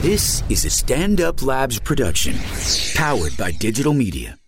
This is a Stand Up Labs production, powered by digital media.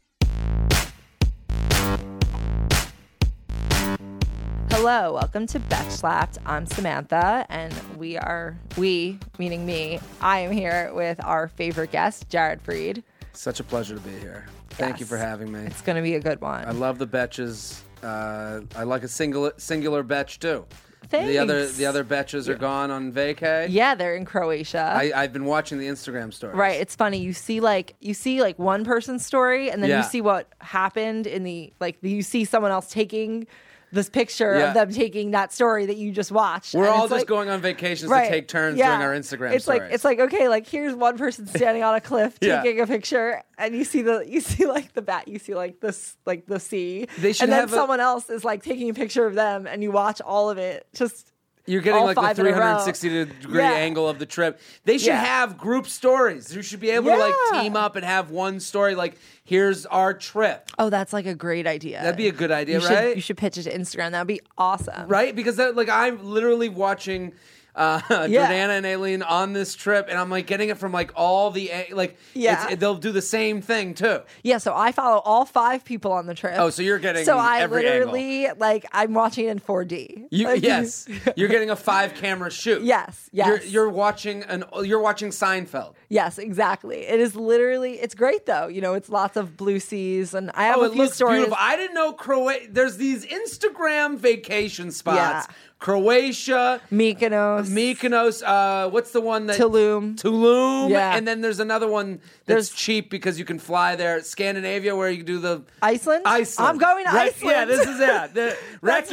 Hello, welcome to Betch Slapped. I'm Samantha, and we are we, meaning me. I am here with our favorite guest, Jared Freed. Such a pleasure to be here. Thank you Yes. for having me. It's gonna be a good one. I love the betches. Uh, I like a single singular betch too. The other Thanks. the other betches are gone on vacay. yeah, they're in Croatia. I, I've been watching the Instagram stories. right. It's funny. You see like you see like one person's story, and then Yeah. you see what happened in the like you see someone else taking this picture Yeah. of them taking that story that you just watched. We're And all it's just like- going on vacations to take turns Yeah. during our Instagram It's stories. like it's like okay, like here's one person standing on a cliff Yeah. taking a picture, and you see the you see like the bat, you see like this like the sea, They should and then have a- someone else is like taking a picture of them, and you watch all of it. Just You're getting all like the five in a row. 360 degree Yeah. angle of the trip. They should Yeah. have group stories. You should be able to like Yeah. team up and have one story like here's our trip. oh, that's like a great idea. That'd be a good idea, you should- right? you should pitch it to Instagram. That'd be awesome. right? Because that, like I'm literally watching uh, Yeah. Jordana and Aileen on this trip, and I'm like getting it from like all the a- like Yeah. it's, they'll do the same thing too. Yeah, so I follow all five people on the trip. Oh, so you're getting so I every literally like I'm watching it in 4D. You, Like- yes, you're getting a five camera shoot. Yes, yes. You're, you're watching an you're watching Seinfeld. Yes, exactly. It is literally. It's great though. You know, it's lots of blue seas, and I have Oh, a it few looks stories. beautiful. I didn't know Croatia. There's these Instagram vacation spots. Yeah. Croatia, Mykonos, Mykonos. Uh, what's the one that Tulum. Tulum. Yeah. And then there's another one that's There's- cheap because you can fly there. Scandinavia, where you do the Iceland. Iceland. I'm going to Re- Iceland. Yeah, this is it. The,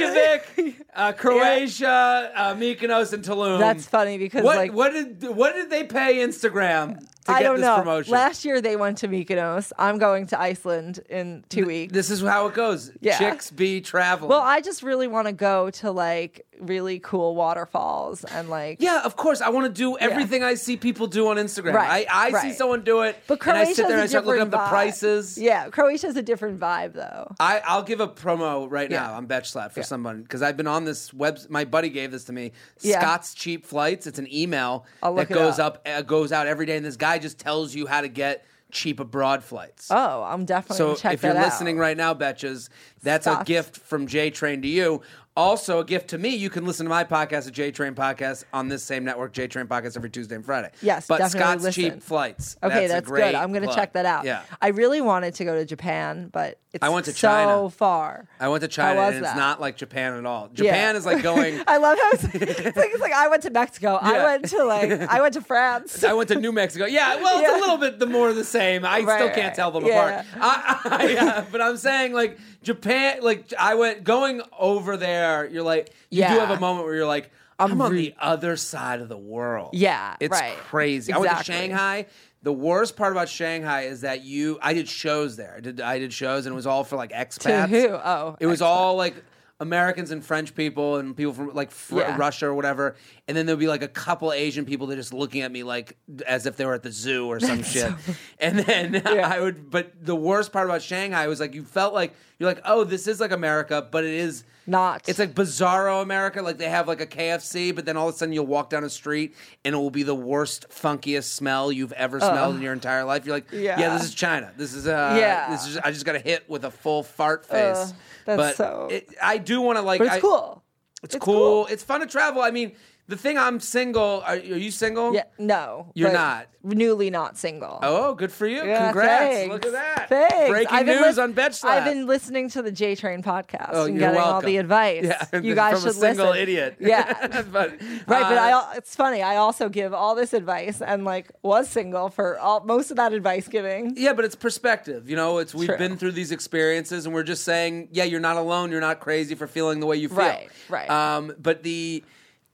Reykjavik, uh, Croatia, uh, Mykonos, and Tulum. That's funny because, what, like- what did what did they pay Instagram to I get don't this know. promotion? Last year they went to Mykonos. I'm going to Iceland in two weeks. this is how it goes. Yeah. Chicks be traveling. well, I just really want to go to like really cool waterfalls and like Yeah, of course. I want to do everything I see people do on Instagram. Right, I, I see right. someone do it, But and Croatia I sit there and I start looking up the prices. Yeah, Croatia's a different vibe though. I, I'll give a promo right Yeah. now on Betch Slap for someone because I've been on this web. My buddy gave this to me. Yeah. Scott's Cheap Flights. It's an email I'll that look it goes up. up, uh, goes out every day, and this guy just tells you how to get cheap abroad flights. Oh, I'm definitely so gonna check if you're that out. listening right now, Betches, that's a Scott's. gift from J Train to you. Also, a gift to me. You can listen to my podcast, the J Train Podcast, on this same network, J Train Podcast, every Tuesday and Friday. Yes, but definitely Scott's listen. Cheap Flights. Okay, a that's, great good. I'm going to plug. check that out. Yeah, I really wanted to go to Japan, but it's I went to so China. far. I went to How China, was and it's that? not like Japan at all. Yeah. Japan is like going. I love how it's, it's like it's like I went to Mexico. I Yeah. went to like I went to France. I went to New Mexico. Yeah, well, it's Yeah. a little bit the more of the same. I Right, still can't right. tell them Yeah. apart. I, I, uh, but I'm saying like Japan. Like I went going over there. You're like you do Yeah. have a moment where you're like. I'm, I'm on re- the other side of the world. Yeah, it's right. crazy. I went to Exactly. Shanghai. The worst part about Shanghai is that you. I did shows there. I did. I did shows, and it was all for like expats. who? Oh, it was all like Americans and French people and people from like fr- Yeah. Russia or whatever, and then there'll be like a couple Asian people that are just looking at me like as if they were at the zoo or some shit. And then I would, but the worst part about Shanghai was like you felt like you're like, oh, this is like America, but it is Not. It's like bizarro America. Like they have like a KFC, but then all of a sudden you'll walk down a street and it will be the worst, funkiest smell you've ever smelled in your entire life. You're like, yeah, Yeah. this is China. This is uh, Yeah. This is I just got a hit with a full fart face. Ugh, that's but so- It, I do want to like. but it's I- cool. it's, cool. It's fun to travel. I mean, the thing I'm single. Are, are you single? Yeah, no, Oh. You're but not. newly not single. Oh, good for you! Yeah, Congrats! thanks. Look at that. Thanks. Breaking I've been news lis- on Betch I've been listening to the J Train podcast Oh, and you're getting all welcome. the advice. Yeah, you guys from should a single listen. idiot. Yeah. but Right, but uh, I al- it's funny. I also give all this advice and like was single for all most of that advice giving. Yeah, but it's perspective. You know, it's we've True. been through these experiences, and we're just saying, yeah, you're not alone. You're not crazy for feeling the way you feel. Right, right. Um, but the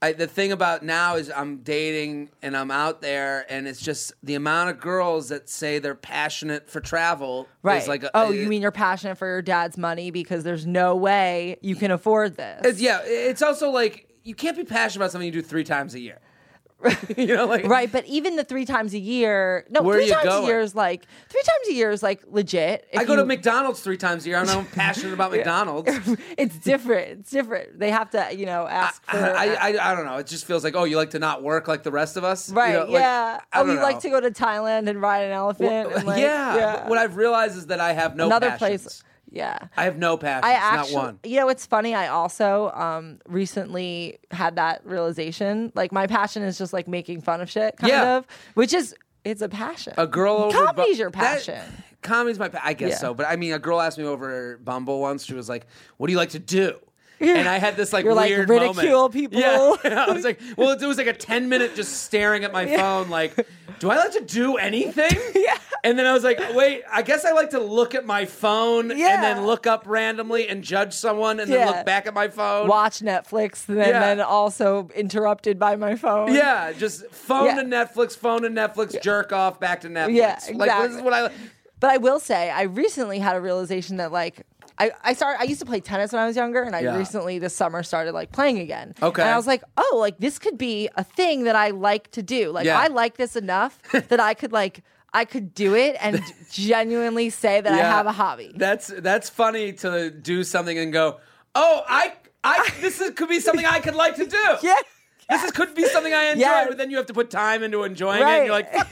I, the thing about now is I'm dating and I'm out there, and it's just the amount of girls that say they're passionate for travel. Right. Is like a, uh, oh, you mean you're passionate for your dad's money because there's no way you can afford this. It's, yeah, it's also like you can't be passionate about something you do three times a year. you know, like Right, but even the three times a year, no, Where are three you times going? a year is like three times a year is like legit. If I go to you- McDonald's three times a year. and I'm passionate about McDonald's. it's different. It's different. They have to, you know, ask for. I, I I don't know. It just feels like oh, you like to not work like the rest of us, You right? know, like, yeah. I oh, don't you like know. to go to Thailand and ride an elephant? and like, yeah. but What I've realized is that I have no Another passions. place. Yeah. I have no passions. I actually, not one. you know, it's funny. I also um, recently had that realization. Like, my passion is just like making fun of shit, kind Yeah. of, which is it's a passion. A girl over comedy's Bu- your that- passion. comedy's my pa- I guess Yeah. so. But I mean, a girl asked me over Bumble once. She was like, "What do you like to do?" And I had this like You're like, weird ridicule moment. people. Yeah, I was like, well, it was like a ten minute just staring at my phone, like, do I like to do anything? yeah. And then I was like, wait, I guess I like to look at my phone Yeah. and then look up randomly and judge someone and Yeah. then look back at my phone. Watch Netflix, and then, Yeah. then also interrupted by my phone. Yeah, just phone Yeah. to Netflix, phone to Netflix, jerk off, back to Netflix. Yeah, Like this is exactly. what I. But I will say, I recently had a realization that like. I, I started I used to play tennis when I was younger and I Yeah. recently this summer started like playing again. Okay. And I was like, oh, like this could be a thing that I like to do. Like Yeah. I like this enough that I could like I could do it and genuinely say that I Yeah. have a hobby. That's that's funny to do something and go, oh, I, I, this is, could be something I could like to do. yeah. This is, could be something I enjoy, Yeah. but then you have to put time into enjoying it. Right. And you're like, fuck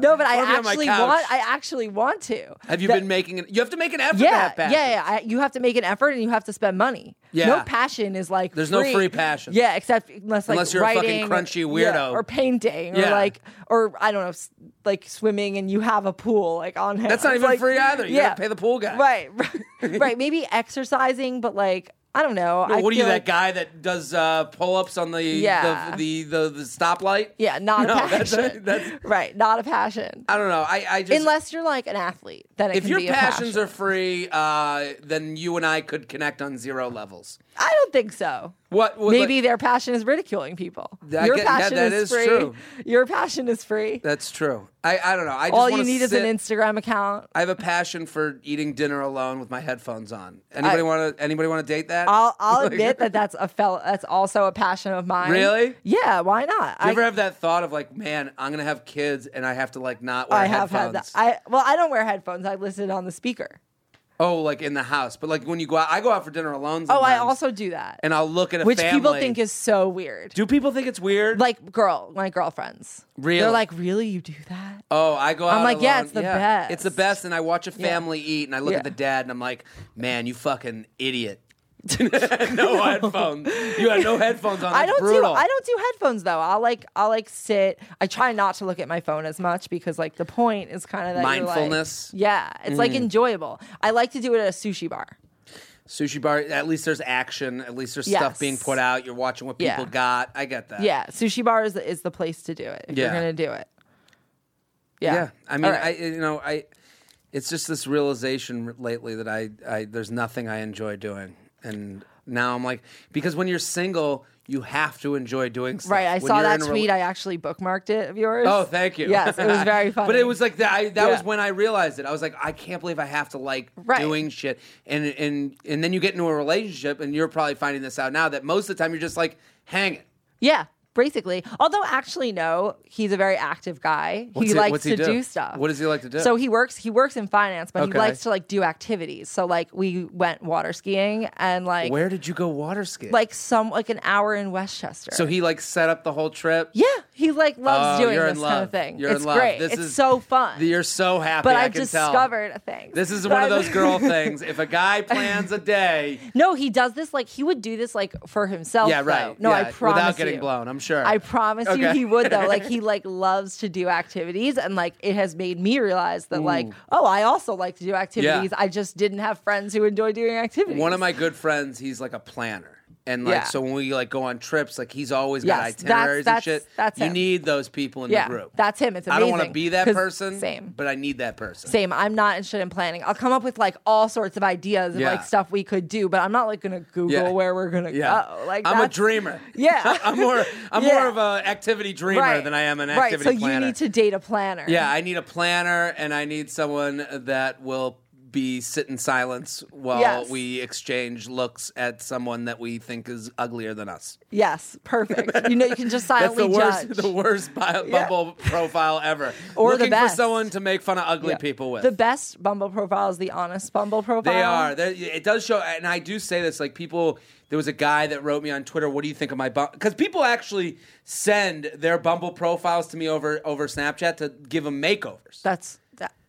No, but I wanna be on my actually couch. want I actually want to. have you That- been making it? You have to make an effort to yeah, have yeah, passion. yeah. I, you have to make an effort and you have to spend money. Yeah. No passion is like There's no free passion. Yeah, except unless like Unless you're a writing fucking crunchy or- weirdo. yeah, or painting or Yeah. like or I don't know s- like swimming and you have a pool like on hand. That's not It's even like- free either. You yeah. gotta pay the pool guy. Right, right, right. Maybe exercising, but like I don't know. I What are you, feel that like- guy that does uh, pull ups on the, Yeah. the, the, the, the stoplight? Yeah, not No, a that's- passion. that's- right, not a passion. I don't know. I, I just. Unless you're like an athlete, then it if can your be passions a passion. are free, uh, then you and I could connect on zero levels. I don't think so. What? what Maybe like- their passion is ridiculing people. I Your get- yeah, passion that is is free. true. Your passion is free. that's true. I, I don't know. I just All you wanna need is sit- an Instagram account. I have a passion for eating dinner alone with my headphones on. Anybody I- want to? Anybody want to date that? I'll, I'll Like, admit that that's a fel- that's also a passion of mine. Really? Yeah. Why not? You I, ever have that thought of like, man, I'm gonna have kids and I have to like not wear I have had that. headphones? I well, I don't wear headphones. I listen on the speaker. oh, like in the house, but like when you go out, I go out for dinner alone. Oh, I sometimes, also do that, and I'll look at a which people family. think is so weird. Do people think it's weird? like girl, my girlfriends. Really? They're like, really, you do that? Oh, I go out. I'm like, alone. yeah, it's the best. It's the best. And I watch a family eat, and I look Yeah. at the dad, and I'm like, man, you fucking idiot. no headphones. You had no headphones on. I That's don't brutal. do I don't do headphones though. I'll like I'll like sit. I try not to look at my phone as much because like the point is kind of that you're, like- Mindfulness. Mm. yeah, it's like enjoyable. I like to do it at a sushi bar. Sushi bar. At least there's action. At least there's stuff Yes. being put out. You're watching what Yeah. people got. I get that. Yeah, sushi bar is the, is the place to do it if you're Yeah. gonna do it. Yeah, Yeah. I mean, All right. I you know I. It's just this realization lately that I, I there's nothing I enjoy doing, and now I'm like because when you're single, you have to enjoy doing stuff. right. I When saw you're that in a rela- tweet. I actually bookmarked it of yours. Oh, thank you. Yes, it was very funny. but it was like that. I, that was Yeah. when I realized it. I was like, I can't believe I have to like Right. doing shit. And and and then you get into a relationship, and you're probably finding this out now that most of the time you're just like hanging. yeah. Basically, although actually no, he's a very active guy. What's he he- likes what's to he do? do? stuff. What does he like to do? So he works. He works in finance, but he Okay. likes to like do activities. So like we went water skiing and like Where did you go water skiing? like some like an hour in Westchester. so he like set up the whole trip. yeah, he like loves Oh, doing you're this in kind love. of thing. You're it's in love. great. This it's is- so fun. You're so happy. but I I've can discovered Tell. a thing. This is But one of I've- those girl things. If a guy plans a day, No, he does this like he would do this like for himself. Yeah, right. though. No, Yeah, I promise without getting you. blown, I'm sure. I promise you, Okay. he would though. Like he like loves to do activities, and like it has made me realize that like oh, I also like to do activities. I just didn't have friends who enjoy doing activities. One of my good friends, he's like a planner. And like Yeah. so when we like go on trips, like he's always got Yes, that's- itineraries that's- and shit. that's you him. need those people in yeah, the group. that's him. It's amazing. I don't want to be that 'Cause person. Same. But I need that person. Same. I'm not interested in planning. I'll come up with like all sorts of ideas of Yeah. like stuff we could do, but I'm not like gonna Google Yeah. where we're gonna Yeah. go. Like I'm a that's- dreamer. Yeah. I'm more I'm Yeah. more of a activity dreamer right. than I am an right. activity So planner. you need to date a planner. Yeah, I need a planner and I need someone that will be sit in silence while Yes. we exchange looks at someone that we think is uglier than us. Yes, perfect. You know, you can just That's silently the worst, judge. the worst bi- Bumble profile ever. Or the Looking best. for someone to make fun of ugly Yeah. people with. The best Bumble profile is the honest Bumble profile. They are. They're- it does show, and I do say this. Like people, there was a guy that wrote me on Twitter. What do you think of my Bumble? Because people actually send their Bumble profiles to me over over Snapchat to give them makeovers. That's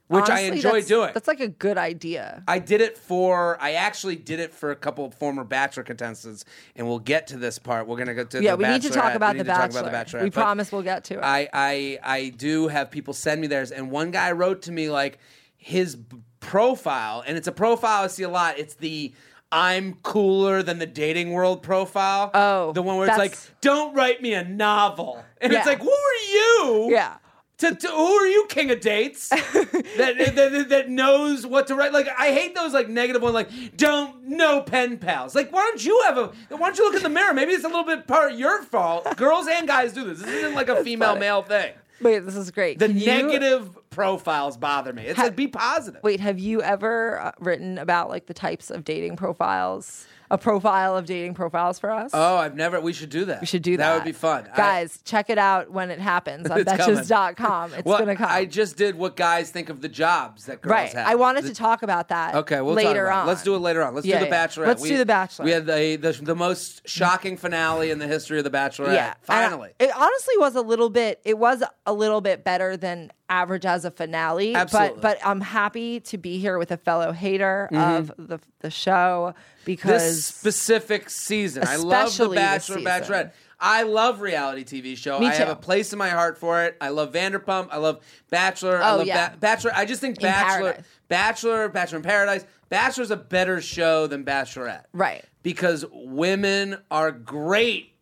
that, Which I honestly, enjoy that's- doing. That's like a good idea. I did it for. I actually did it for a couple of former Bachelor contestants, and we'll get to this part. We're gonna go to yeah, the we need to talk Bachelorette. about We the need to Bachelor. talk about the Bachelorette. we but promise we'll get to it. I I I do have people send me theirs, and one guy wrote to me like his b- profile, and it's a profile I see a lot. It's the I'm cooler than the dating world profile. Oh, the one where it's that's- like, don't write me a novel, and Yeah. it's like, who are you? yeah. To, to, who are you, king of dates? that, that, that that knows what to write. Like I hate those like negative one. Like don't no pen pals. Like why don't you have a? Why don't you look in the mirror? Maybe it's a little bit part your fault. Girls and guys do this. This isn't like a female male thing. Wait, this is great. The Can you- negative profiles bother me. It's Ha- like be positive. Wait, have you ever uh, written about like the types of dating profiles? A profile of dating profiles for us? Oh, I've never. We should do that. We should do that. That would be fun, I- Guys, check it out when it happens on It's coming. betches.com. It's well, going to come. I just did what guys think of the jobs that girls right. have. I wanted to talk about that Okay, we'll later talk about it. on. Let's do it later on. Let's Yeah, do the yeah. Bachelorette. Let's We- do The Bachelorette. We had the, the the most shocking finale in the history of the Bachelorette. Yeah. and finally. I- it honestly was a little bit. It was a little bit better than average as a finale. Absolutely. Mm-hmm. But but I'm happy to be here with a fellow hater of the the show this because specific season, I love the Especially this Bachelor, season. Bachelorette. I love reality TV show. Me I have too. a place in my heart for it. I love Vanderpump. I love Bachelor. I Oh, love yeah. ba- Bachelor. I just think Bachelor, Paradise. Bachelor, Bachelor in Paradise. Bachelor's a better show than Bachelorette. Right. Because women are great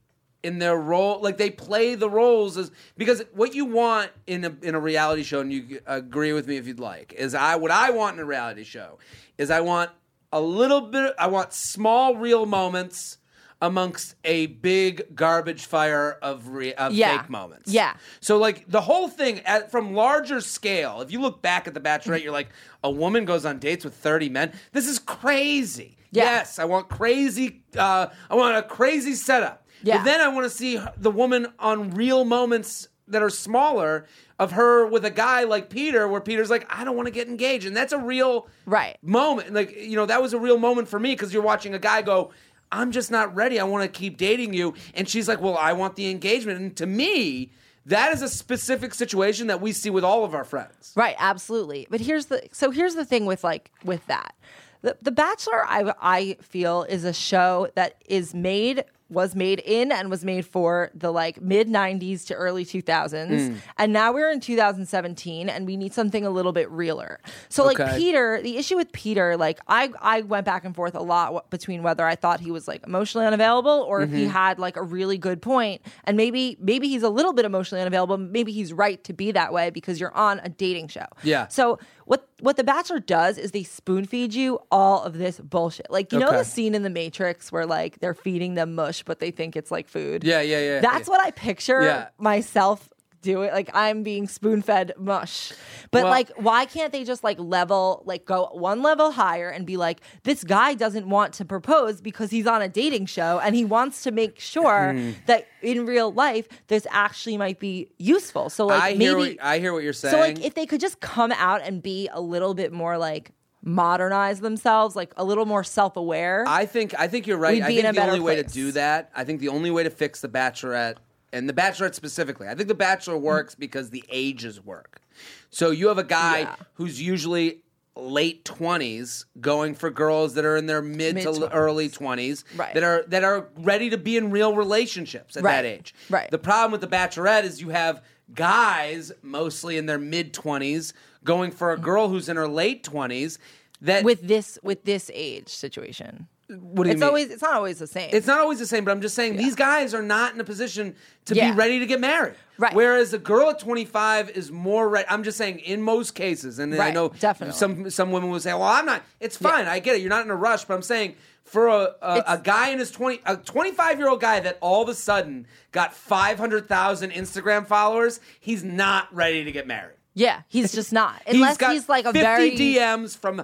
in their role like they play the roles as because what you want in a in a reality show and you agree with me if you'd like is I what I want in a reality show is I want a little bit I want small real moments amongst a big garbage fire of re, of Yeah. fake moments. Yeah. So like the whole thing at, from larger scale, if you look back at the bachelorette you're like a woman goes on dates with 30 men. This is crazy. Yeah. Yes, I want crazy uh, I want a crazy setup. Yeah. But then I want to see her- the woman on real moments that are smaller of her with a guy like Peter, where Peter's like, I don't want to get engaged. And that's a real Right. moment. Like, you know, that was a real moment for me because you're watching a guy go, I'm just not ready. I want to keep dating you. And she's like, Well, I want the engagement. And to me, that is a specific situation that we see with all of our friends. Right, absolutely. But here's the so here's the thing with like with that. The, the Bachelor I I feel is a show that is made was made in and was made for the like mid 90s to early 2000s. Mm. And now we're in 2017 and we need something a little bit realer. So like Okay. Peter, the issue with Peter, like I I went back and forth a lot w- between whether I thought he was like emotionally unavailable or if Mm-hmm. he had like a really good point and maybe maybe he's a little bit emotionally unavailable, maybe he's right to be that way because you're on a dating show. Yeah. So what what the Bachelor does is they spoon feed you all of this bullshit. Like you know Okay. the scene in the Matrix where like they're feeding them mush, but they think it's like food. Yeah, yeah, yeah, That's yeah. what I picture Yeah. myself doing. Like I'm being spoon fed mush. But Well- like, why can't they just like level, like go one level higher and be like, this guy doesn't want to propose because he's on a dating show and he wants to make sure Mm-hmm. that in real life this actually might be useful. So like I, maybe hear what, I hear what you're saying. so like if they could just come out and be a little bit more like modernize themselves, like a little more self aware. I think I think you're right. We'd I be think in a the better only way to place. do that, I think the only way to fix the Bachelorette and the Bachelorette specifically, I think the Bachelor works because the ages work. So you have a guy Yeah. who's usually late twenties going for girls that are in their mid to Mid-twenties. early twenties Right. that are that are ready to be in real relationships at Right. that age. Right. The problem with the Bachelorette is you have guys mostly in their mid twenties going for a girl who's in her late twenties. That Mm-hmm. with this with this age situation. what do you It's mean? always it's not always the same. It's not always the same, but I'm just saying these guys are not in a position to Yeah. be ready to get married. Right. Whereas a girl at 25 is more ready. I'm just saying in most cases, and I Right, know definitely. some some women would say, "Well, I'm not." It's fine. I get it. You're not in a rush, but I'm saying for a a, a It's- guy in his 20 a 25 year old guy that all of a sudden got 500,000 Instagram followers, he's not ready to get married. yeah, he's just not. Unless he's, like a 50 very DMs from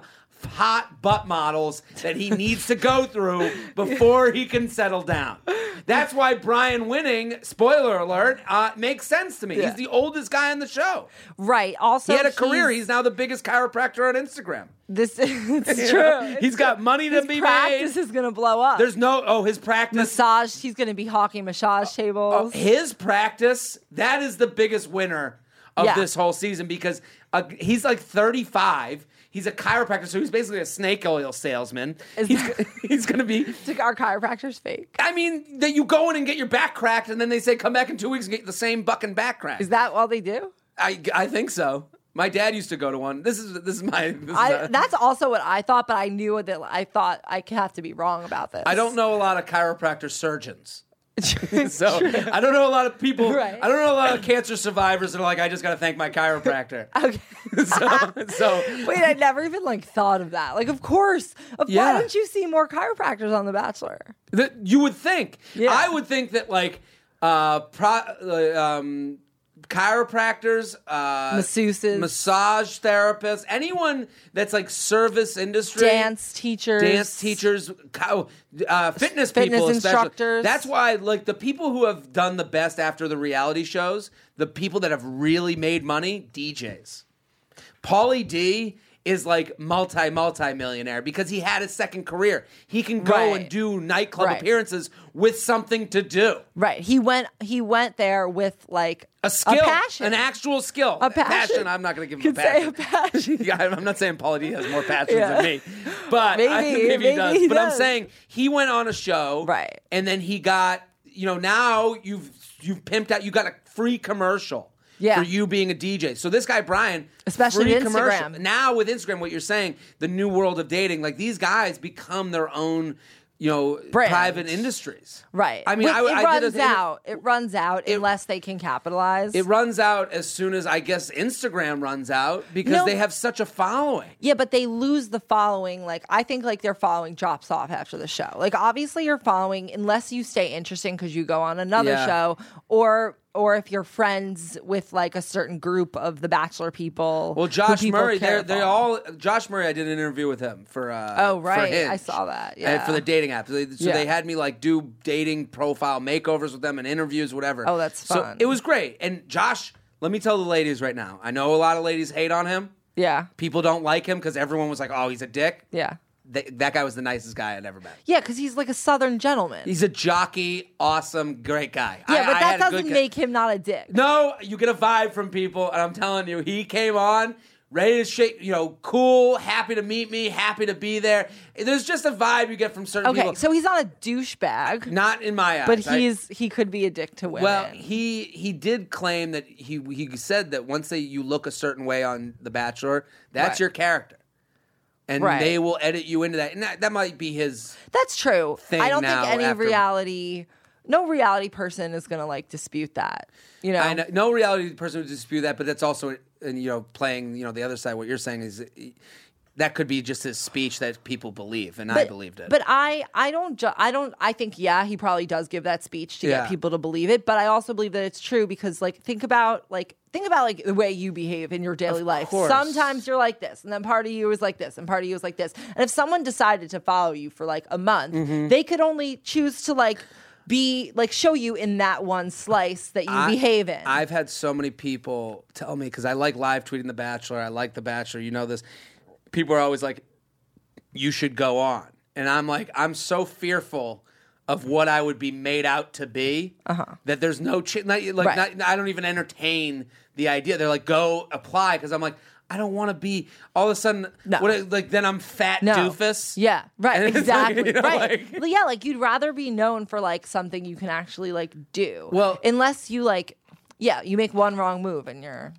hot butt models that he needs to go through before he can settle down. That's why Brian winning, spoiler alert, uh, makes sense to me. Yeah. He's the oldest guy on the show. Right. Also, He had a career. he's- He's now the biggest chiropractor on Instagram. this. It's You true. know? It's He's got money to his be practice made. is gonna blow up. There's no oh his practice. massage. He's gonna be hawking massage Oh, tables. his practice, that is the biggest winner of Yeah. this whole season because uh, he's like 35. He's a chiropractor, so he's basically a snake oil salesman. Is he's that- he's going to be. It's like our chiropractor's fake. I mean, that you go in and get your back cracked, and then they say come back in two weeks and get the same bucking back crack. Is that all they do? I, I think so. My dad used to go to one. This is this is my. This is I, a- that's also what I thought, but I knew that I thought I have to be wrong about this. I don't know a lot of chiropractor surgeons. know. So I don't know a lot of people. Right. I don't know a lot of cancer survivors that are like, I just got to thank my chiropractor. okay. so, so Wait, I never even like thought of that. Like, of course. Of, Yeah. Why don't you see more chiropractors on The Bachelor? that you would think. Yeah. I would think that like uh, pro, uh, um, chiropractors, uh, Masseuses. massage therapists, anyone that's like service industry, Dance teachers. dance teachers, co- uh, Fitness fitness, people, especially. instructors. That's why, like, the people who have done the best after the reality shows, the people that have really made money, DJs. Paulie D is like multi multi millionaire because he had a second career. He can go Right. and do nightclub Right. appearances with something to do. Right. He went. He went there with like A skill, passion, an actual skill, A passion. I'm not going to give him Could a passion. say a passion. Yeah, I'm I'm not saying Paulie D has more passions Yeah. than me, but Maybe, I- he maybe does. he but I'm does. saying he went on a show, Right. And then he got, you know, now you've you've pimped out. You got a free commercial. Yeah. For you being a DJ. So this guy, Brian, Especially free with commercial. Instagram. Now with Instagram, what you're saying, the new world of dating, like these guys become their own, you know, Brand. private industries. Right. I mean, Which I, it I did runs this inter- out. It runs out unless they can capitalize. It runs out as soon as I guess Instagram runs out because No. they have such a following. Yeah, but they lose the following. Like I think like their following drops off after the show. Like obviously your following unless you stay interesting cuz you go on another Yeah. show or or if you're friends with like a certain group of the bachelor people. Well, who Josh people Murray, care they're they about. all Josh Murray. I did an interview with him for uh, Oh, for right. Hinge. I saw that, And yeah. for the dating app. So, they, so Yeah. they had me like do dating profile makeovers with them and interviews, whatever. Oh, that's So fun. it was great. And Josh, let me tell the ladies right now. I know a lot of ladies hate on him. Yeah. People don't like him because everyone was like, "Oh, he's a dick." Yeah. Th- that guy was the nicest guy I'd ever met. Yeah, cuz he's like a southern gentleman. He's a jockey, awesome, great guy. yeah, I- but that I had a good doesn't ca- make him not a dick. No, you get a vibe from people, and I'm telling you, he came on ready to shake. You know, cool, happy to meet me, happy to be there. There's just a vibe you get from certain okay, people. so he's not a douchebag, not in my eyes, but I- he's he could be a dick to women. well, he he did claim that he he said that once they you look a certain way on The Bachelor, that's Right. your character, and Right. they will edit you into that. And that, that might be his. That's true. thing I don't now think any after- reality, no reality person is gonna like dispute that. You know, I know, no reality person would dispute that, but that's also and you know playing you know the other side. What you're saying is that could be just his speech that people believe, and I believed it. But I, I don't, ju- I don't. I think yeah, he probably does give that speech to Yeah. get people to believe it. But I also believe that it's true because like think about like think about like the way you behave in your daily life. course. Sometimes you're like this, and then part of you is like this, and part of you is like this. And if someone decided to follow you for like a month, Mm-hmm. they could only choose to like be like show you in that one slice that you behave in. I've had so many people tell me because I like live tweeting The Bachelor. I like The Bachelor. You know this. People are always like, "You should go on," and I'm like, I'm so fearful of what I would be made out to be that there's no ch- not, like Uh-huh. Right. not, I don't even entertain the idea. They're like, "Go apply," because I'm like. I don't want to be all of a sudden. No. What, I- like then I'm fat doofus. Yeah, right, And it's like, exactly. you know, right. like- Well, yeah, like you'd rather be known for like something you can actually like do. Well- unless you like, yeah, you make one wrong move and you're,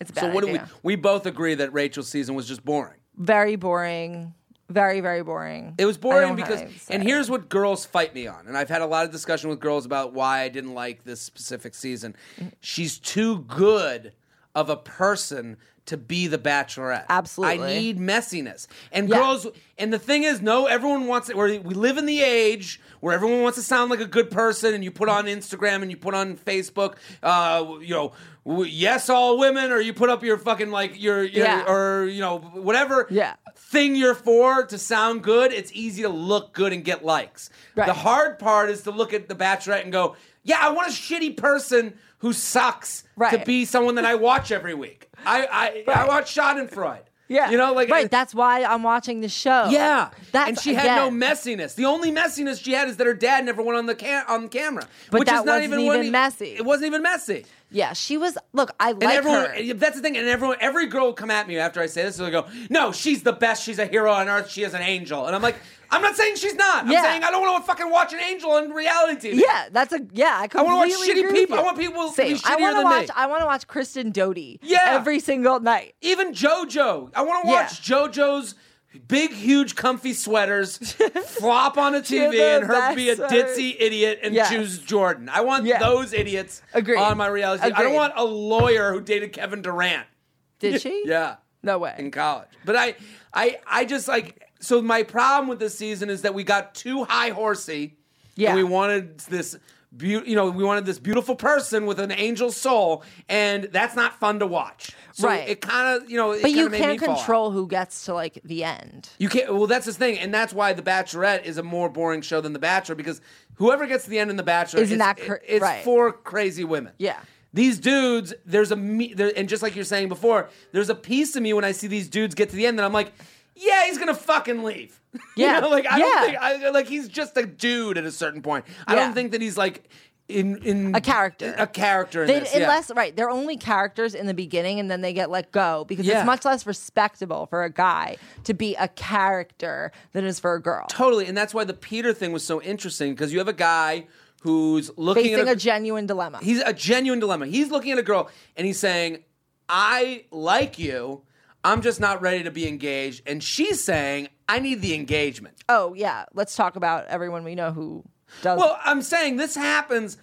it's a bad. so what do we? idea. We both agree that Rachel's season was just boring. Very boring. Very very boring. It was I boring don't have because, anything to and say. here's what girls fight me on, and I've had a lot of discussion with girls about why I didn't like this specific season. She's too good of a person to be the bachelorette. Absolutely. I need messiness. And Yeah. girls, and the thing is, no, everyone wants it. Where we live in the age where everyone wants to sound like a good person, and you put on Instagram and you put on Facebook, uh, you know, w- yes, all women, or you put up your fucking like your, your Yeah. or you know whatever Yeah. thing you're for to sound good. It's easy to look good and get likes. Right. The hard part is to look at the Bachelorette and go, yeah, I want a shitty person who sucks to Right. be someone that I watch every week. I I, I Right. watch Schadenfreude. Yeah. you know, like right. I- That's why I'm watching the show. yeah, That's and she had again, no messiness. The only messiness she had is that her dad never went on the cam- on camera, But which is that not wasn't what even he- messy. It wasn't even messy. Yeah, she was. Look, I And like everyone, her. that's the thing. And everyone, every girl will come at me after I say this. They'll go, "No, she's the best. She's a hero on earth. She is an angel." And I'm like, "I'm not saying she's not. I'm Yeah. saying I don't want to fucking watch an angel on reality TV. Yeah, that's a yeah. I I completely wanna watch shitty agree with people. you. I want people to Same. be I shittier wanna than watch. me. I want to watch Kristen Doty. Yeah. every single night. Even JoJo. I want to Yeah. watch JoJo's." Big, huge, comfy sweaters flop on a TV the and her be a best ditzy idiot and Yeah. choose Jordan. I want Yeah. those idiots Agreed. on my reality. I don't Agreed. want a lawyer who dated Kevin Durant. Did she? Yeah. No in way. college. But I, I, I just like so. My problem with this season is that we got too high horsey. Yeah. and we wanted this. beau you know, we wanted this beautiful person with an angel soul, and that's not fun to watch. So Right. It kind of, you know, it But you kinda made can't me fall out. control who gets to like the end. You can't. Well, that's his thing, and that's why The Bachelorette is a more boring show than The Bachelor because whoever gets to the end in The Bachelor Isn't it's- that cra- it- it's right. for crazy women. Yeah. These dudes, there's a me, there, and just like you're saying before, there's a piece of me when I see these dudes get to the end that I'm like, yeah, he's gonna fucking leave. Yeah. you know, like I Yeah. don't think I, like he's just a dude at a certain point. I Yeah. don't think that he's like in in A character. a character. In They, this, yeah. unless right, they're only characters in the beginning, and then they get let go because Yeah. it's much less respectable for a guy to be a character than is for a girl. totally, and that's why the Peter thing was so interesting because you have a guy. Who's looking Facing at a, genuine dilemma. He's a genuine dilemma. He's looking at a girl and he's saying, I like you. I'm just not ready to be engaged. And she's saying, I need the engagement. oh yeah, let's talk about everyone we know who does. Well, I'm saying this happens.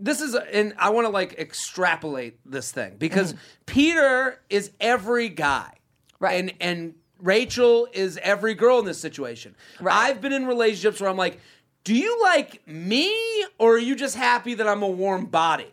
This is, and I want to like extrapolate this thing because Peter is every guy, Mm-hmm. Right. And and Rachel is every girl in this situation. Right. I've been in relationships where I'm like, do you like me, or are you just happy that I'm a warm body?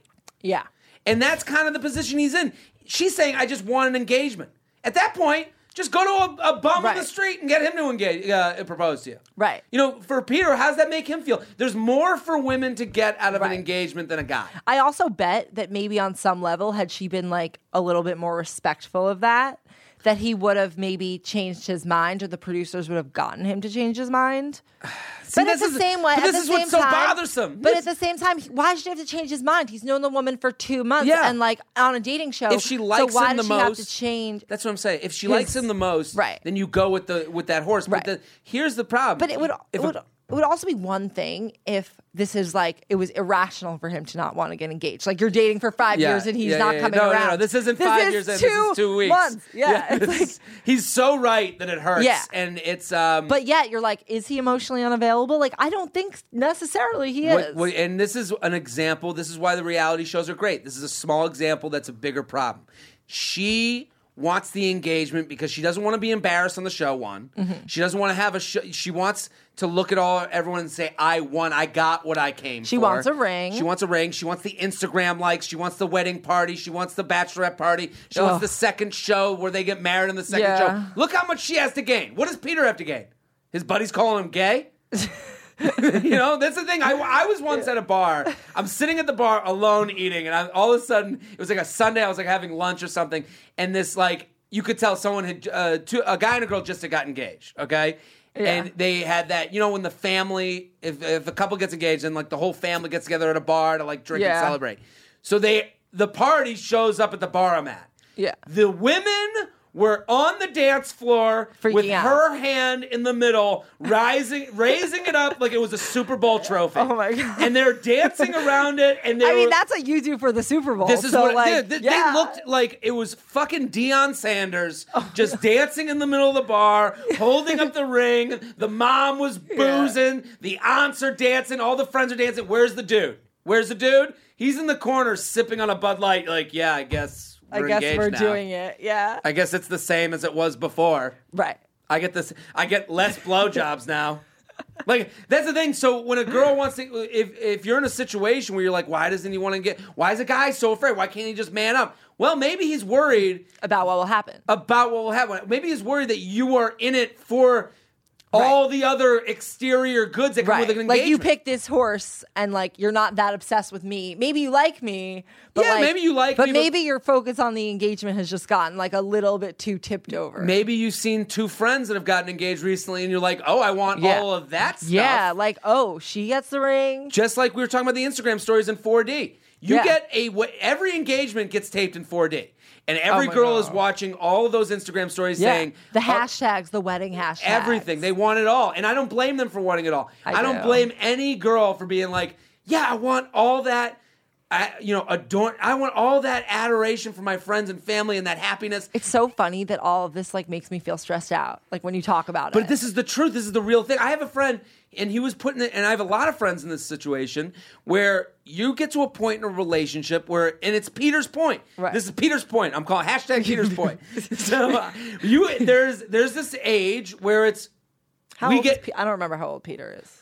yeah, And that's kind of the position he's in. She's saying, I just want an engagement. At that point, just go to a, a bum on the Right. street and get him to engage, uh, propose to you. Right. You know, for Peter, how does that make him feel? There's more for women to get out of an Right. engagement than a guy. I also bet that maybe on some level, had she been like a little bit more respectful of that, that he would have maybe changed his mind, or the producers would have gotten him to change his mind. but at this the is- same way, but at this the is same what's so time- bothersome. But This- at the same time, he- why should he have to change his mind? He's known the woman for two months, Yeah. and like on a dating show, If she likes so why him the does she have to most- change? That's what I'm saying. If she His- likes him the most, Right. then you go with the with that horse. Right. But the, here's the problem. But it would it If a- would it would also be one thing if this is like it was irrational for him to not want to get engaged. Like you're dating for five Yeah, years and he's yeah, not yeah, yeah. coming no, around. No, no, this isn't five is years. in. Two this is two weeks. Months. Yeah, it's this like- is- he's so right that it hurts. Yeah. and it's um. but yet you're like, is he emotionally unavailable? Like I don't think necessarily he What- is. what- and this is an example. This is why the reality shows are great. This is a small example that's a bigger problem. She wants the engagement because she doesn't want to be embarrassed on the show. One, Mm-hmm. she doesn't want to have a. Show, she wants to look at all everyone and say, "I won. I got what I came." She for." wants a ring. She wants a ring. She wants the Instagram likes. She wants the wedding party. She wants the bachelorette party. She wants Ugh. the second show where they get married in the second Yeah. show. Look how much she has to gain. What does Peter have to gain? His buddies calling him gay. you know, that's the thing. I, I was once at a bar. I'm sitting at the bar alone eating, and I, all of a sudden, it was like a Sunday. I was like having lunch or something, and this like you could tell someone had uh, two, a guy and a girl just had got engaged. Okay. And they had that, you know, when the family, if, if a couple gets engaged, then like the whole family gets together at a bar to like drink and Yeah. celebrate. So they, the party shows up at the bar I'm at. Yeah. The women were on the dance floor with Freaking out. her hand in the middle, rising, raising it up like it was a Super Bowl trophy. Oh my God. And they're dancing around it, and they I mean, were- that's what you do for the Super Bowl. This is so, what like, they, they- they yeah. Oh. looked like. It was fucking Dion Sanders just dancing in the middle of the bar, holding up the ring. The mom was boozing. The aunts are dancing. All the friends are dancing. Where's the dude? Where's the dude? he's in the corner sipping on a Bud Light. Like, yeah, I guess I we're guess engaged we're now. doing it. Yeah. I guess it's the same as it was before. right. I get this. I get less blowjobs now. Like that's the thing. So when a girl wants to, if if you're in a situation where you're like, why doesn't he want to get? Why is a guy so afraid? Why can't he just man up? Well, maybe he's worried About what will happen. about what will happen. Maybe he's worried that you are in it for all Right. the other exterior goods that come Right. with an engagement. Like you picked this horse and like you're not that obsessed with me. Maybe you like me. But Yeah, like- maybe you like but me, but- maybe your focus on the engagement has just gotten like a little bit too tipped over. Maybe you've seen two friends that have gotten engaged recently, and you're like, oh, I want Yeah. all of that stuff. Yeah, like oh, she gets the ring. just like we were talking about the Instagram stories in 4D. You Yeah. get a wh- every engagement gets taped in 4D, and every my girl God. is watching all of those Instagram stories Yeah. saying the "Oh, hashtags, the wedding hashtags, everything. They want it all, and I don't blame them for wanting it all. I, I don't do. blame any girl for being like, yeah, I want all that. I, you know, adorn. I want all that adoration from my friends and family and that happiness. It's so funny that all of this like makes me feel stressed out. Like when you talk about it. But this is the truth. This is the real thing. I have a friend, and he was putting it, and I have a lot of friends in this situation where you get to a point in a relationship where, and it's Peter's point. Right. This is Peter's point. I'm calling hashtag Peter's point. So uh, you there's there's this age where it's how we old get- is Pe- I don't remember how old Peter is.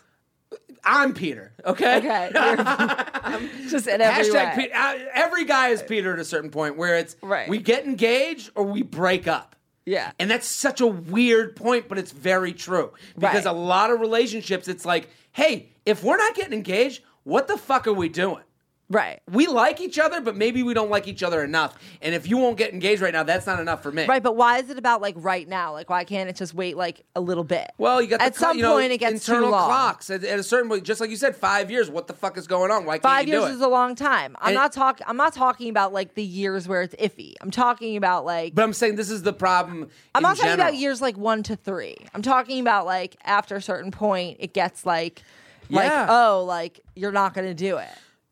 I'm Peter. Okay. Okay, you're- just in every Hashtag way. Peter, every guy is Peter at a certain point where it's Right. we get engaged or we break up. Yeah. And that's such a weird point, but it's very true. Because Right. a lot of relationships, it's like, hey, if we're not getting engaged, what the fuck are we doing? right. We like each other, but maybe we don't like each other enough. And if you won't get engaged right now, that's not enough for me. Right, but why is it about like right now? Like, why can't it just wait like a little bit? Well, you got the at cl- some you know, point it gets internal too long. clocks at, at a certain point. Just like you said, five years. What the fuck is going on? Why can't Five you do years it? is a long time. I'm And- not talk. I'm not talking about like the years where it's iffy. I'm talking about like. but I'm saying this is the problem. I'm in not talking general. about years like one to three. I'm talking about like after a certain point, it gets like, Yeah. like oh, like you're not gonna do it.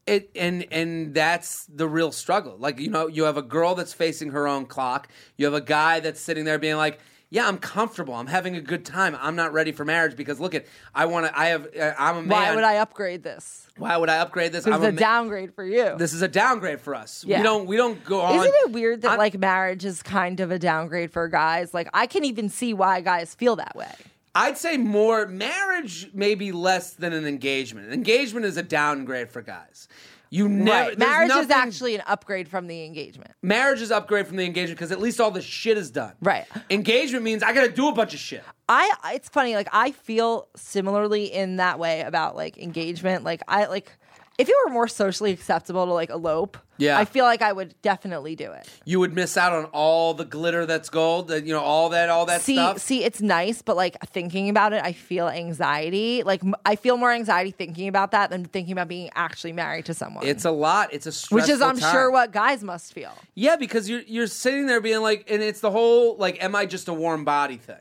it and and that's the real struggle like you know you have a girl that's facing her own clock you have a guy that's sitting there being like yeah i'm comfortable i'm having a good time i'm not ready for marriage because look at i want to i have uh, i'm a man Why would I upgrade this? why would i upgrade this This I'm is a ma- downgrade for you. this is a downgrade for us Yeah. we don't we don't go on Isn't it weird that I'm- like marriage is kind of a downgrade for guys? Like I can even see why guys feel that way. I'd say more marriage, maybe less than an engagement. Engagement is a downgrade for guys. You never right. there's Marriage is nothing- actually an upgrade from the engagement. marriage is upgrade from the engagement because at least all the shit is done. Right. Engagement means I got to do a bunch of shit. I it's funny like I feel similarly in that way about like engagement. Like I like if it were more socially acceptable to like elope, Yeah. I feel like I would definitely do it. You would miss out on all the glitter that's gold. that You know all that, all that see, stuff. see, it's nice, but like thinking about it, I feel anxiety. Like m- I feel more anxiety thinking about that than thinking about being actually married to someone. it's a lot. It's a which stressful is, I'm time. sure, what guys must feel. Yeah, because you're you're sitting there being like, and it's the whole like, am I just a warm body thing?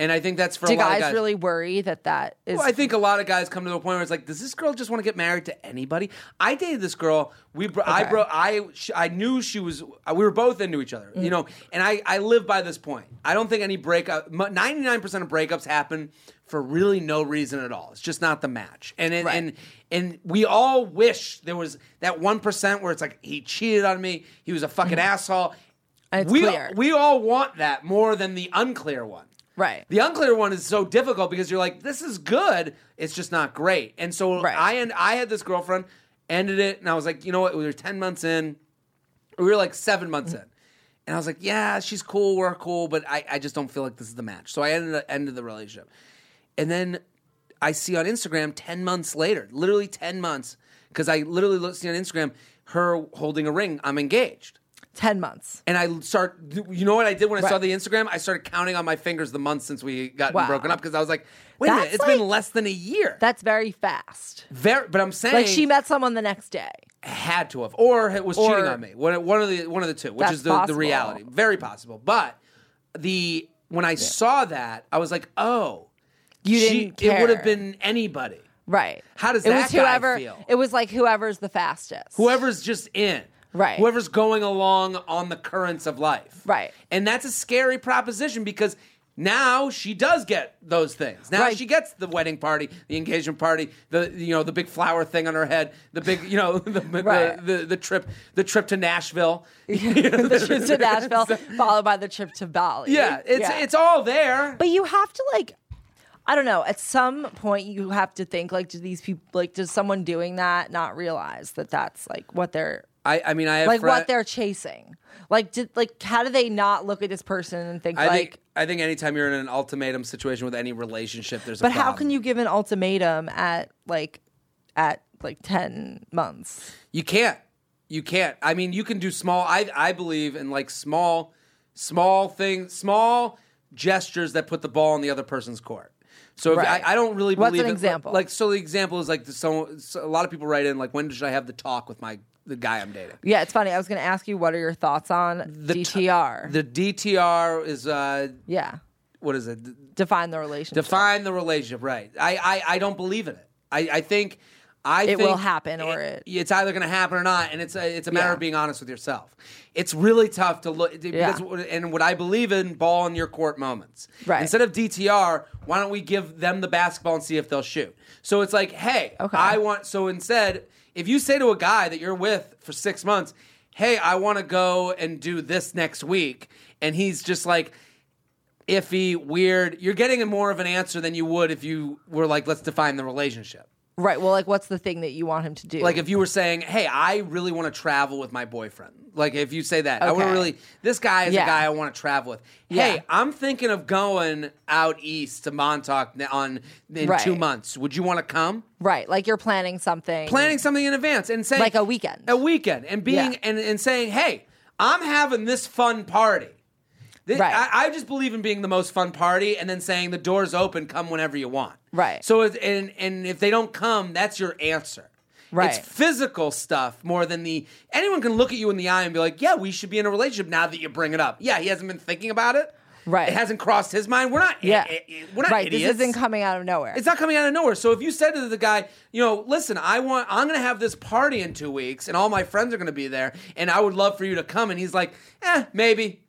And I think that's for Do a lot guys, of guys. really worry that that is? Well, I think a lot of guys come to the point where it's like, does this girl just want to get married to anybody? I dated this girl. We, bro- I, Okay. bro, I, sh I knew she was. uh, We were both into each other, Mm. you know. And I, I live by this point. I don't think any breakup. Ninety nine percent of breakups happen for really no reason at all. It's just not the match. And it, Right. and and we all wish there was that one percent where it's like he cheated on me. He was a fucking asshole. Mm. And it's we clear. we all want that more than the unclear one. Right. The unclear one is so difficult because you're like, this is good, it's just not great. And so Right. I and I had this girlfriend, ended it, and I was like, you know what? We were ten months in, we were like seven months in, and I was like, yeah, she's cool, we're cool, but I, I just don't feel like this is the match. So I ended up, ended the relationship, and then I see on Instagram ten months later, literally ten months, because I literally look- see on Instagram her holding a ring. I'm engaged. Ten months. And I start, you know what I did when I saw Right. the Instagram? I started counting on my fingers the months since we got Wow. broken up because I was like, wait a That's minute, it's been like- less than a year. That's very fast. Ver- but I'm saying Like she met someone the next day. had to have, or it was Or- cheating on me. One, one of the one of the two, which That's is the, the possible. reality, very possible. But the when I saw that, I was like, oh, You she- didn't care. It would have been anybody, Right. How does it that was guy whoever, feel? It was like whoever's the fastest. whoever's just in. Right. Whoever's going along on the currents of life. Right. And that's a scary proposition because Now she does get those things. Now Right. she gets the wedding party, the engagement party, the you know the big flower thing on her head, the big you know the the, Right. the, the, trip the trip to Nashville. the trip to Nashville, followed by the trip to Bali. Yeah, it's Yeah. it's all there. But you have to like, I don't know. At some point, you have to think like, do these people like, does someone doing that not realize that that's like what they're I I mean I have like fri- what they're chasing? Like, did like how do they not look at this person and think I like? think I think anytime you're in an ultimatum situation with any relationship, there's. but a how problem. can you give an ultimatum at like at like ten months? You can't. You can't. I mean, you can do small. I I believe in like small, small things, small gestures that put the ball in the other person's court. So if, Right. I, I don't really What's believe. an in- example? Like so, the example is like the, so, so. A lot of people write in like, when should I have the talk with my the guy I'm dating? Yeah, it's funny. I was going to ask you, what are your thoughts on t- DTR? The DTR is uh, yeah, what is it? define the relationship. Define the relationship, right? I I, I don't believe in it. I I think. I It think will happen or it- it's either going to happen or not, and it's a, it's a matter Yeah. of being honest with yourself. It's really tough to look because Yeah. what- and what I believe in ball in your court moments. Right. Instead of DTR, why don't we give them the basketball and see if they'll shoot? So it's like, hey, Okay. I want. So instead, if you say to a guy that you're with for six months, hey, I want to go and do this next week, and he's just like iffy, weird, you're getting more of an answer than you would if you were like, let's define the relationship. right. Well, like, what's the thing that you want him to do? Like if you were saying, "Hey, I really want to travel with my boyfriend." Like if you say that, I want to Okay. really. This guy is a Yeah. guy I want to travel with. Yeah. Hey, I'm thinking of going out east to Montauk n- on in Right. two months. Would you want to come? right. Like you're planning something. Planning something in advance and saying Mm. Like a weekend. a weekend, and being Yeah. and, and saying, "Hey, I'm having this fun party." Th- Right. I, I just believe in being the most fun party, and then saying the door's open, come whenever you want. Right. So it's, and and if they don't come, that's your answer. Right. It's physical stuff more than the anyone can look at you in the eye and be like, "Yeah, we should be in a relationship now that you bring it up." Yeah, he hasn't been thinking about it. Right. It hasn't crossed his mind. We're not. Yeah. Yeah. eh, we're not right. idiots. This isn't coming out of nowhere. It's not coming out of nowhere. So if you said to the guy, you know, listen, I want, I'm going to have this party in two weeks, and all my friends are going to be there, and I would love for you to come, and he's like, eh, maybe,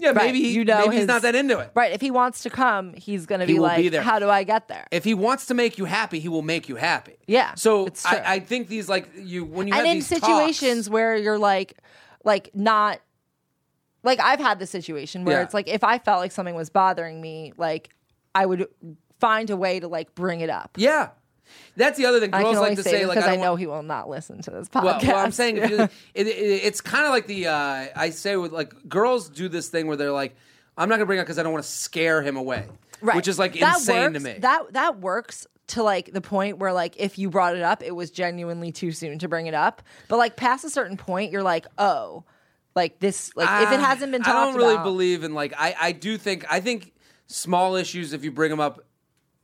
yeah, Right. maybe, he- you know maybe his- he's not that into it. Right. If he wants to come, he's going to He be will like, be there. how do I get there? If he wants to make you happy, he will make you happy. Yeah, So it's true. I, I think these like you when you and have in these situations talks, where you're like, like not, like I've had this situation where Yeah. it's like if I felt like something was bothering me, like I would find a way to like bring it up. yeah, that's the other thing. I Girls can only like to say, say this like because I, don't know want- he will not listen to this Well, podcast. well, I'm saying if you, it, it, it's kind of like the uh, I say with like girls do this thing where they're like, I'm not gonna bring it up because I don't want to scare him away, right. Which is like That insane to works- me. That that works to like the point where like if you brought it up, it was genuinely too soon to bring it up. But like past a certain point, you're like, oh, like this, like if it Ah, hasn't been talked I don't really about- believe in like I I do think I think small issues if you bring them up,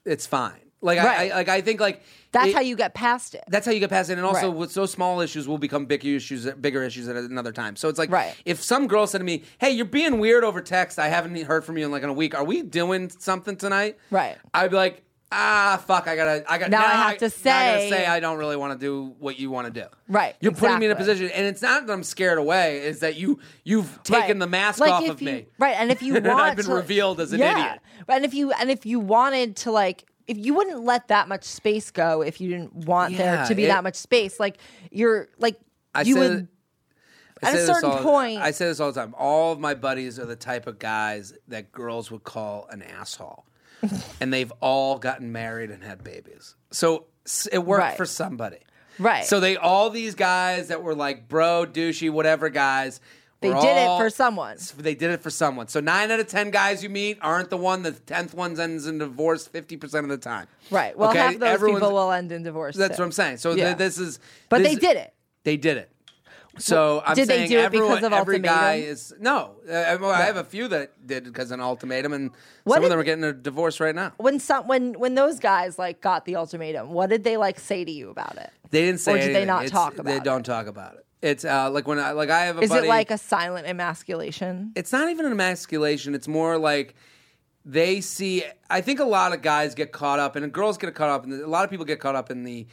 it's fine. Like I, Right. I like I think like that's it- how you get past it. that's how you get past it. And also, Right. with those small issues will become bigger issues, bigger issues at another time. So it's like, Right. if some girl said to me, "Hey, you're being weird over text. I haven't heard from you in like in a week. Are we doing something tonight?" Right. I'd be like, "Ah, fuck. I gotta. I got Now I have to now I gotta say- say I don't really want to do what you want to do. Right, You're putting me in a exactly. position, and it's not that I'm scared away. Is that you? You've taken Right. the mask Like, off if of you- me. Right, and if you And want I've been to, revealed as an yeah. idiot. Right, And if you and if you wanted to like if you wouldn't let that much space go if you didn't want there Yeah, to be it- that much space, like you're like I you say would that- I at a say this certain all- point- I say this all the time. All of my buddies are the type of guys that girls would call an asshole, and they've all gotten married and had babies. So s- it worked Right. for somebody, Right. So they all these guys that were like bro, douchey, whatever guys. They were did it all- for someone. They did it for someone. So nine out of ten guys you meet aren't the one. The tenth ones ends in divorce fifty percent of the time. Right. Well, Okay? half those Everyone's- people will end in divorce. That's too. what I'm saying. So Yeah. th- this is. But this- they did it. They did it. So I'm Did they saying do it everyone, because of every ultimatum? guy is no. Uh, I- well, I have a few that did because of an ultimatum, and What some did- of them are getting a divorce right now. When some when when those guys like got the ultimatum, what did they like say to you about it? They didn't say Or did they anything. not It's- talk about They it? don't talk about it. It's uh, like when I like I have a Is buddy. it like a silent emasculation? it's not even an emasculation. It's more like they see. I think a lot of guys get caught up, and girls get caught up, and a lot of people get caught up in the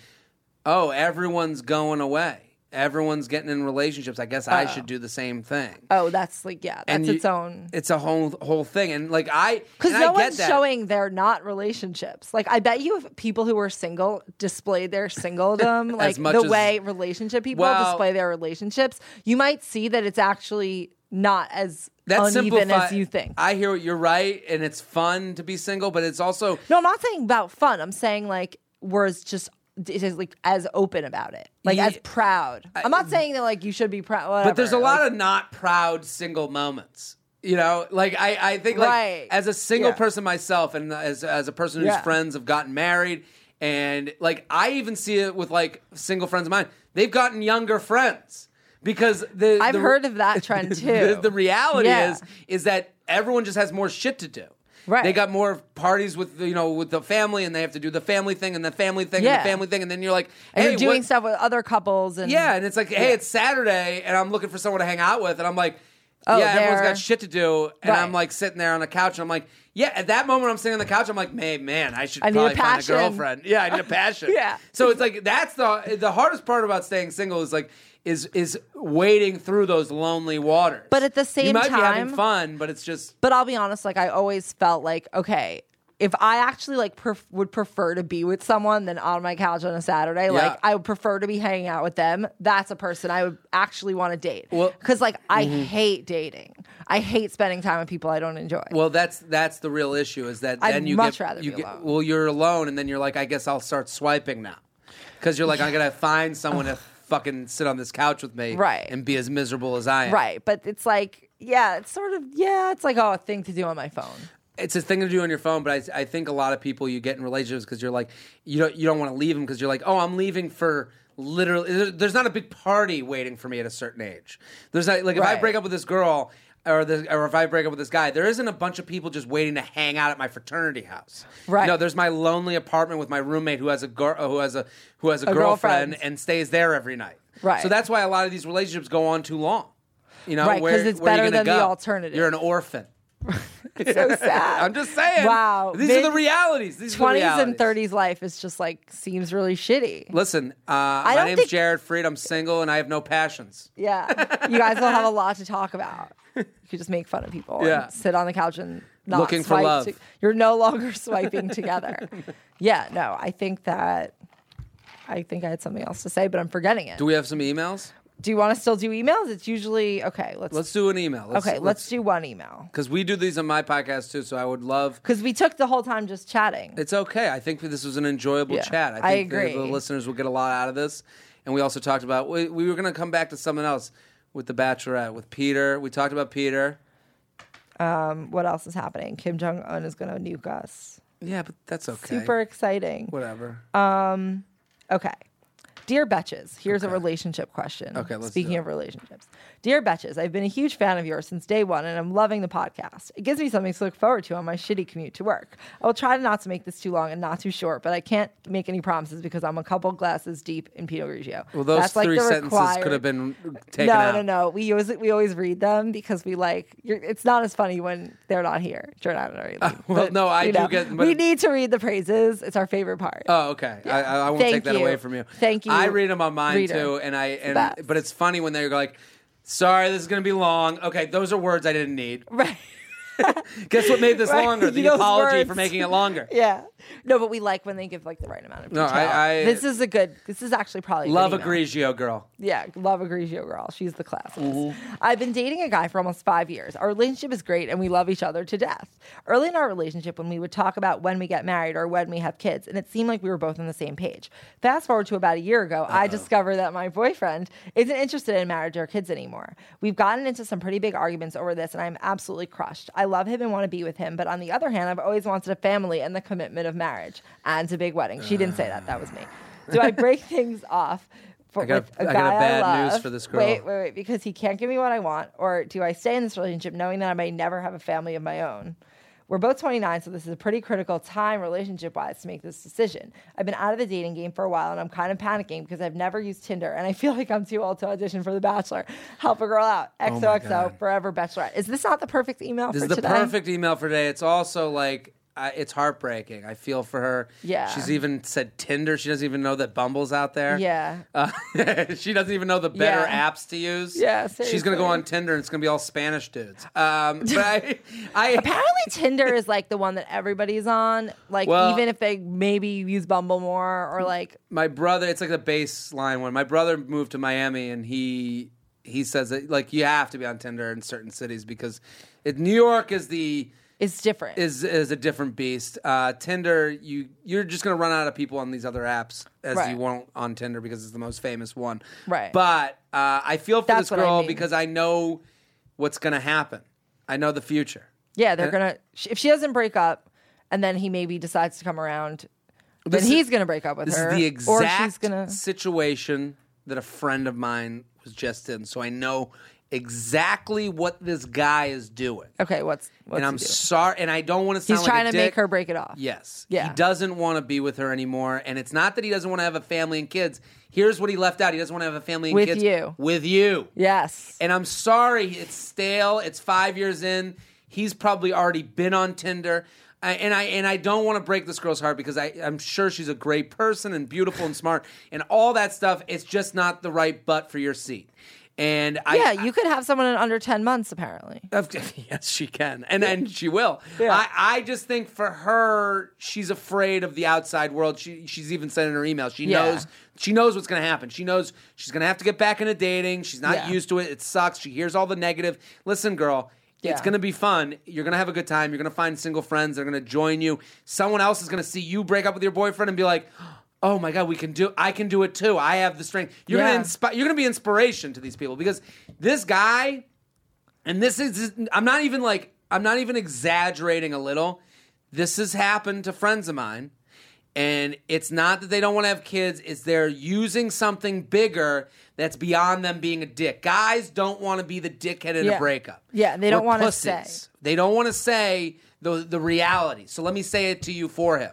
oh, everyone's going away. everyone's getting in relationships. I guess I should do the same thing. Oh, that's like yeah, that's And you- its own. It's a whole whole thing, and like I, Because and no I get one's that. showing their not relationships. Like I bet you, if people who were single displayed their singledom, like much the as- way relationship people Well- display their relationships, you might see that it's actually not as That's uneven simplifi- as you think. I hear what you're right, and it's fun to be single, but it's also no, I'm not saying about fun. I'm saying like was just it is like as open about it, like Ye- mm. as proud. I, am not saying that like you should be proud. but there's a lot of not proud single moments. You know, like I, I think like Right. as a single Yeah. person myself, and as as a person whose Yeah. friends have gotten married, and like I even see it with like single friends of mine, they've gotten younger friends because the I've the- heard of that trend too. The, the reality Yeah. is is that everyone just has more shit to do. Right. They got more parties with you know with the family, and they have to do the family thing and the family thing Yeah. and the family thing, and then you're like, and hey, you're doing what- stuff with other couples and yeah, and it's like, hey, it's Saturday, and I'm looking for someone to hang out with, and I'm like, Oh, yeah, everyone's they're- got shit to do, and Right. I'm like sitting there on the couch, and I'm like, yeah. At that moment, I'm sitting on the couch, I'm like, man, man, I should I need a probably find a passion. girlfriend. Yeah, I need a passion. Yeah. So it's like that's the the hardest part about staying single is like is is wading through those lonely waters. But at the you same might be having time- fun, but it's just but I'll be honest, like I always felt like, okay, if I actually like pref- would prefer to be with someone than on my couch on a Saturday, like I would prefer to be hanging out with them. That's a person I would actually want to date. Well- mm-hmm. Because like I hate dating. I hate spending time with people I don't enjoy. Well, that's that's the real issue is that I'd then you much get, rather you be get- alone. well you're alone and then you're like I guess I'll start swiping now because you're like I'm gonna find someone to fucking sit on this couch with me Right. and be as miserable as I am right. But it's like, yeah, it's sort of, yeah, it's like, oh, a thing to do on my phone. it's a thing to do on your phone but I, I think a lot of people you get in relationships because you're like you don't you don't want to leave them because you're like oh I'm leaving for literally there- there's not a big party waiting for me at a certain age there's not like if I Right. break up with this girl. Or, this, or if I break up with this guy, there isn't a bunch of people just waiting to hang out at my fraternity house. Right. No, there's my lonely apartment with my roommate who has a girl who has a who has a, girlfriend. girlfriend and stays there every night. Right. So that's why a lot of these relationships go on too long. You know, Right, 'cause where- it's where are better you gonna than the go? alternative. You're an orphan. It's so sad. I'm just saying. Wow. These Mid- are the realities. These are the 20s realities. and 30s life is just like, seems really shitty. Listen, uh, my don't name's think- Jared Freed. I'm single and I have no passions. Yeah. You guys will have a lot to talk about. You could just make fun of people Yeah. and sit on the couch and not Looking for swipe love. to- you're no longer swiping together. Yeah, no, I think that I think I had something else to say, but I'm forgetting it. Do Do, we have some emails? you want to still do emails? It's usually okay, let's, Let's do an email. Let's, okay, let's, do one email. because we do these on my podcast too. So I would love Because we took the whole time just chatting. It's okay. I think this was an enjoyable Yeah, chat. I I think the- agree. The, listeners will get a lot out of this. And we also talked about we, we were going to come back to something else with the Bachelorette with Peter. We talked about Peter. what else is happening? Kim Jong un is gonna nuke us. Yeah, but that's okay. Super Uh, exciting. Whatever. Okay. Dear Betches, here's a relationship question. Okay, let's Speaking do it. of relationships. Dear Betches, I've been a huge fan of yours since day one, and I'm loving the podcast. It gives me something to look forward to on my shitty commute to work. I will try to not to make this too long and not too short, but I can't make any promises because I'm a couple glasses deep in Pinot Grigio. well, those That's like three the sentences required- could have been taken no, out. no, no. We always we always read them because we like. You're, it's not as funny when they're not here. Jordan and I already. leave, Uh, well, but, no, I you do know, get- but- we need to read the praises. It's our favorite part. Oh, okay. I, I, I won't Thank take that you. away from you. Thank you, I read them on mine reader. too, and I best. and but it's funny when they're like, "Sorry, this is going to be long." Okay, those are words I didn't need. right. Guess what made this Right, longer? The those apology words. for making it longer. Yeah. No, but we like when they give like the right amount of No, detail. I- I- this is a good. This is actually probably a Love good a email. Grigio girl. Yeah, love agrees, yo girl. She's the class. I've been dating a guy for almost five years. Our relationship is great, and we love each other to death. Early in our relationship, when we would talk about when we get married or when we have kids, and it seemed like we were both on the same page. Fast forward to about a year ago, I discovered that my boyfriend isn't interested in marriage or kids anymore. We've gotten into some pretty big arguments over this, and I'm absolutely crushed. I love him and want to be with him, but on the other hand, I've always wanted a family and the commitment of marriage and a big wedding. She didn't say that. That was me. Do I break things off? for, I got a- with a I got a guy bad news love. for this girl. Wait, wait, wait, because he can't give me what I want, or do I stay in this relationship knowing that I may never have a family of my own? We're both 29, so this is a pretty critical time relationship wise to make this decision. I've been out of the dating game for a while and I'm kind of panicking because I've never used Tinder and I feel like I'm too old to audition for The Bachelor. Help a girl out. Oh my XOXO, God. forever bachelorette. Is this not the perfect email This for is the today? perfect email for today. It's also like uh, I, it's heartbreaking. I feel for her. Yeah. She's even said Tinder. She doesn't even know that Bumble's out there. Yeah. Uh, she doesn't even know the better Yeah. apps to use. Yeah, She's gonna go seriously. on Tinder and it's gonna be all Spanish dudes. Um, but I, I Apparently, Tinder is like the one that everybody's on. Like, Well- even if they maybe use Bumble more or like, my brother. It's like the baseline one. My brother moved to Miami and he he says that like you have to be on Tinder in certain cities because it, New York is the it's different. is is a different beast. Uh, Tinder, you you're just gonna run out of people on these other apps as Right. you won't on Tinder because it's the most famous one. Right. But uh, I feel for That's this what I girl mean. because I know what's gonna happen. I know the future. yeah, they're gonna, sh- if she doesn't break up and then he maybe decides to come around, then This is- he's gonna break up with This her. is the or exact she's gonna, situation that a friend of mine was just in, so I know exactly what this guy is doing. okay, what's, what's and I'm he doing? sorry, and I don't want to sound He's like trying a to make dick. her break it off. Yes. Yeah. He doesn't want to be with her anymore. And it's not that he doesn't want to have a family and kids. Here's what he left out. He doesn't want to have a family and With kids. you. With you. Yes. And I'm sorry, it's stale. It's five years in. He's probably already been on Tinder. I, and I and I don't want to break this girl's heart because I, I'm sure she's a great person and beautiful and smart and all that stuff. It's just not the right butt for your seat. And I, yeah, you could have someone in under 10 months, apparently. of- yes, she can, and and she will. I, I just think for her, she's afraid of the outside world. She she's even sent in her email. She Yeah. knows she knows what's going to happen. She knows she's going to have to get back into dating. She's not Yeah. used to it. It sucks. She hears all the negative. Listen, girl. It's Yeah. going to be fun. You're going to have a good time. You're going to find single friends. They're going to join you. Someone else is going to see you break up with your boyfriend and be like, "Oh my god, we can do. I can do it too. I have the strength." You're Yeah. going to inspi- You're going to be inspiration to these people because this guy and this is i'm not even like i'm not even exaggerating a little this has happened to friends of mine and it's not that they don't want to have kids it's they're using something bigger that's beyond them being a dick guys don't want to be the dickhead in Yeah. a breakup Yeah, they don't We're wanna pussies. say. they don't want to say the, the reality so let me say it to you for him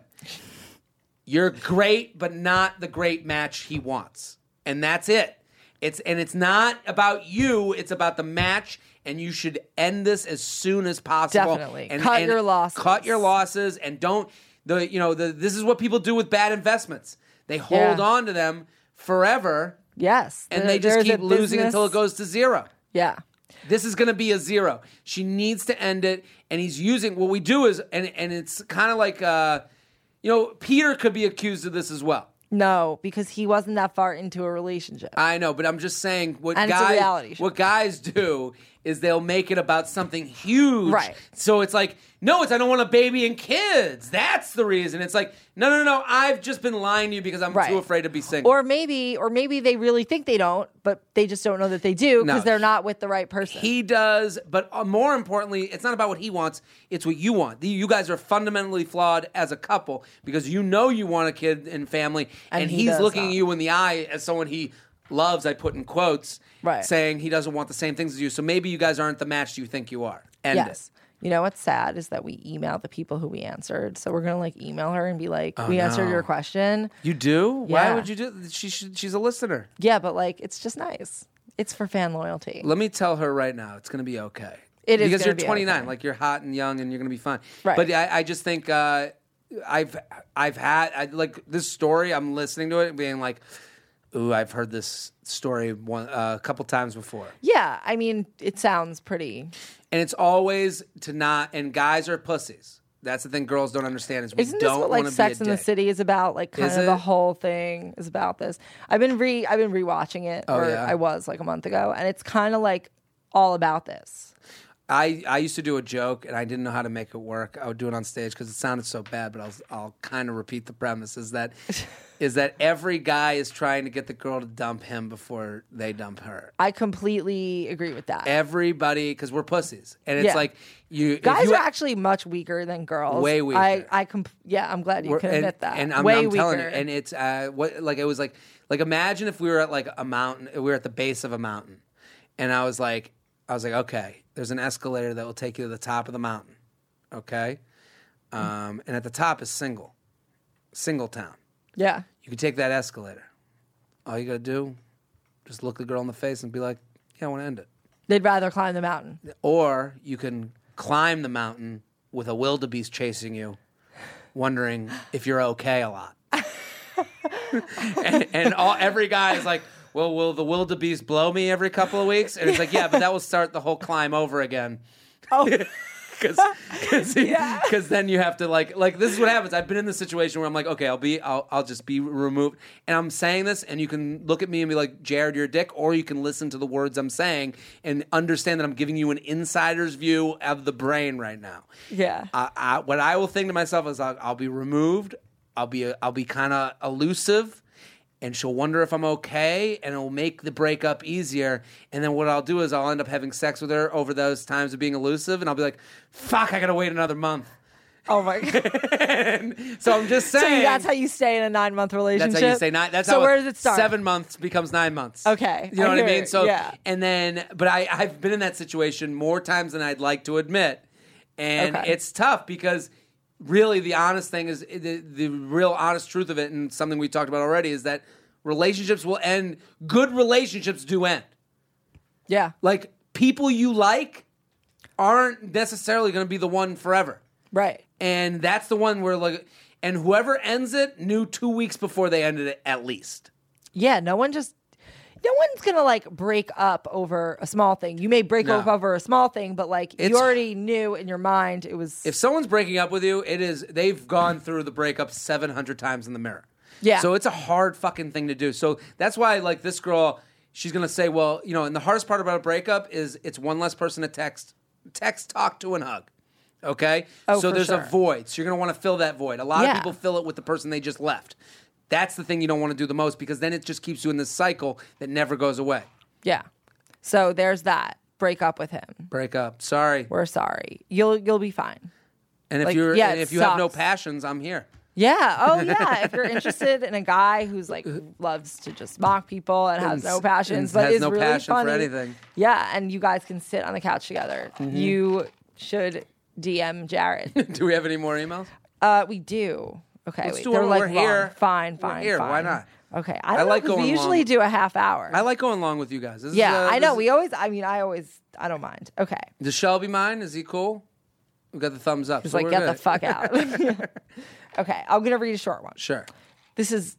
you're great, but not the great match he wants. And that's it. It's and it's not about you, it's about the match and you should end this as soon as possible. Definitely. And, Cut and your losses. Cut your losses and don't the you know the this is what people do with bad investments. They hold Yeah. on to them forever Yes. and there- they just there's a keep losing until it business- goes to zero. Yeah. This is going to be a zero. She needs to end it. And he's using what we do is, and, and it's kind of like, uh, you know, Peter could be accused of this as well. No, because he wasn't that far into a relationship. I know, but I'm just saying what And it's a reality guys show. what guys do is they'll make it about something huge. Right. So it's like, no, it's I don't want a baby and kids. That's the reason. It's like, no, no, no, I've just been lying to you because I'm Right. too afraid to be single. or maybe or maybe they really think they don't but they just don't know that they do because No. they're not with the right person He does, but uh, more importantly, it's not about what he wants, it's what you want. You guys are fundamentally flawed as a couple because you know you want a kid and family, and, And he he's does looking not. at you in the eye as someone he loves, I put in quotes, Right. saying he doesn't want the same things as you. So maybe you guys aren't the match you think you are. End yes you know what's sad is that we email the people who we answered so we're gonna like email her and be like Oh, we answered your question it. You do? Why Yeah. would you do she, should She's a listener. yeah but like it's just nice it's for fan loyalty Let me tell her right now, it's going to be okay. It is because gonna you're be 29, okay. like you're hot and young, and you're going to be fine. Right. But I, I just think uh, I've I've had I, like this story. I'm listening to it, and being like, "Ooh, I've heard this story one uh, a couple times before." yeah i mean it sounds pretty And it's always to not. And guys are pussies. That's the thing girls don't understand is we Isn't this don't what want like to Sex be a in the dick. City is about? Like kind Is of the it? whole thing is about this. I've been re I've been rewatching it, or Oh, yeah? I was like a month ago, and it's kind of like all about this. I, I used to do a joke and I didn't know how to make it work. I would do it on stage because it sounded so bad, but I'll I'll kind of repeat the premise is that is that every guy is trying to get the girl to dump him before they dump her. I completely agree with that. Everybody, because we're pussies, and it's Yeah. like you if Guys you- are actually much weaker than girls. Way weaker. I, I comp- yeah, I'm glad you we're- can and, admit that. And I'm, Way I'm weaker. telling you, and it's uh, what like it was like like imagine if we were at like a mountain, we were at the base of a mountain, and I was like, I was like, okay, there's an escalator that will take you to the top of the mountain, okay, um, and at the top is single, single town. yeah, You can take that escalator. All you gotta do, just look the girl in the face and be like, yeah, I want to end it. they'd rather climb the mountain. Or you can climb the mountain with a wildebeest chasing you wondering if you're okay a lot. and and all, every guy is like, well, will the wildebeest blow me every couple of weeks? And it's like, yeah, but that will start the whole climb over again. Oh. Because then you have to like like this is what happens. I've been in this situation where I'm like, okay, I'll be I'll, I'll just be removed, and I'm saying this, and you can look at me and be like, Jared, you're a dick, or you can listen to the words I'm saying and understand that I'm giving you an insider's view of the brain right now. Yeah. I, I, what I will think to myself is I'll, I'll be removed. I'll be i I'll be kind of elusive, and she'll wonder if I'm okay, and it'll make the breakup easier. And then what I'll do is I'll end up having sex with her over those times of being elusive, and I'll be like, "Fuck, I gotta wait another month." Oh my god. So I'm just saying So that's how you stay in a nine month relationship. that's how you say nine. That's so how where does it start? Seven months becomes nine months. Okay, you know I what I hear mean. it, So yeah. and then, but I I've been in that situation more times than I'd like to admit, and Okay. it's tough because really the honest thing is the the real honest truth of it, and something we talked about already is that relationships will end. Good relationships do end. Yeah. Like people you like aren't necessarily going to be the one forever Right. and that's the one where like and whoever ends it knew two weeks before they ended it at least Yeah, no one just no one's gonna like break up over a small thing. You may break No. up over a small thing, but like you It's- already knew in your mind it was if someone's breaking up with you it is they've gone through the breakup 700 times in the mirror Yeah. so it's a hard fucking thing to do so that's why like this girl she's gonna say well you know and the hardest part about a breakup is it's one less person to text text talk to and hug okay Oh, so for there's sure. a void so you're gonna want to fill that void a lot Yeah. of people fill it with the person they just left that's the thing you don't want to do the most because then it just keeps you in this cycle that never goes away yeah. So there's that. Break up with him. break up sorry We're sorry. You'll you'll be fine. And if Like, you're yeah, and it if you have no sucks. passions, I'm here. Yeah. Oh yeah. if you're interested in a guy who's like loves to just mock people and has Uh-huh. And no s- passions, and but has is no really passion for funny, anything. Mm-hmm. Yeah, and you guys can sit on the couch together. You should DM Jared. Do we have any more emails? Uh, we do. Okay, wait, do they're one. like We're long. here. Fine, We're fine, here. Why fine. not? Okay, I, I don't know, like 'cause going We usually long. do a half hour. I like going along with you guys. This is, yeah, uh, I know. this We always. I mean, I always. I don't mind. Okay, is- does Shelby mind? Is he cool? We got the thumbs up. just so like we're get the good. fuck out. okay, I'm gonna read a short one. Sure. This is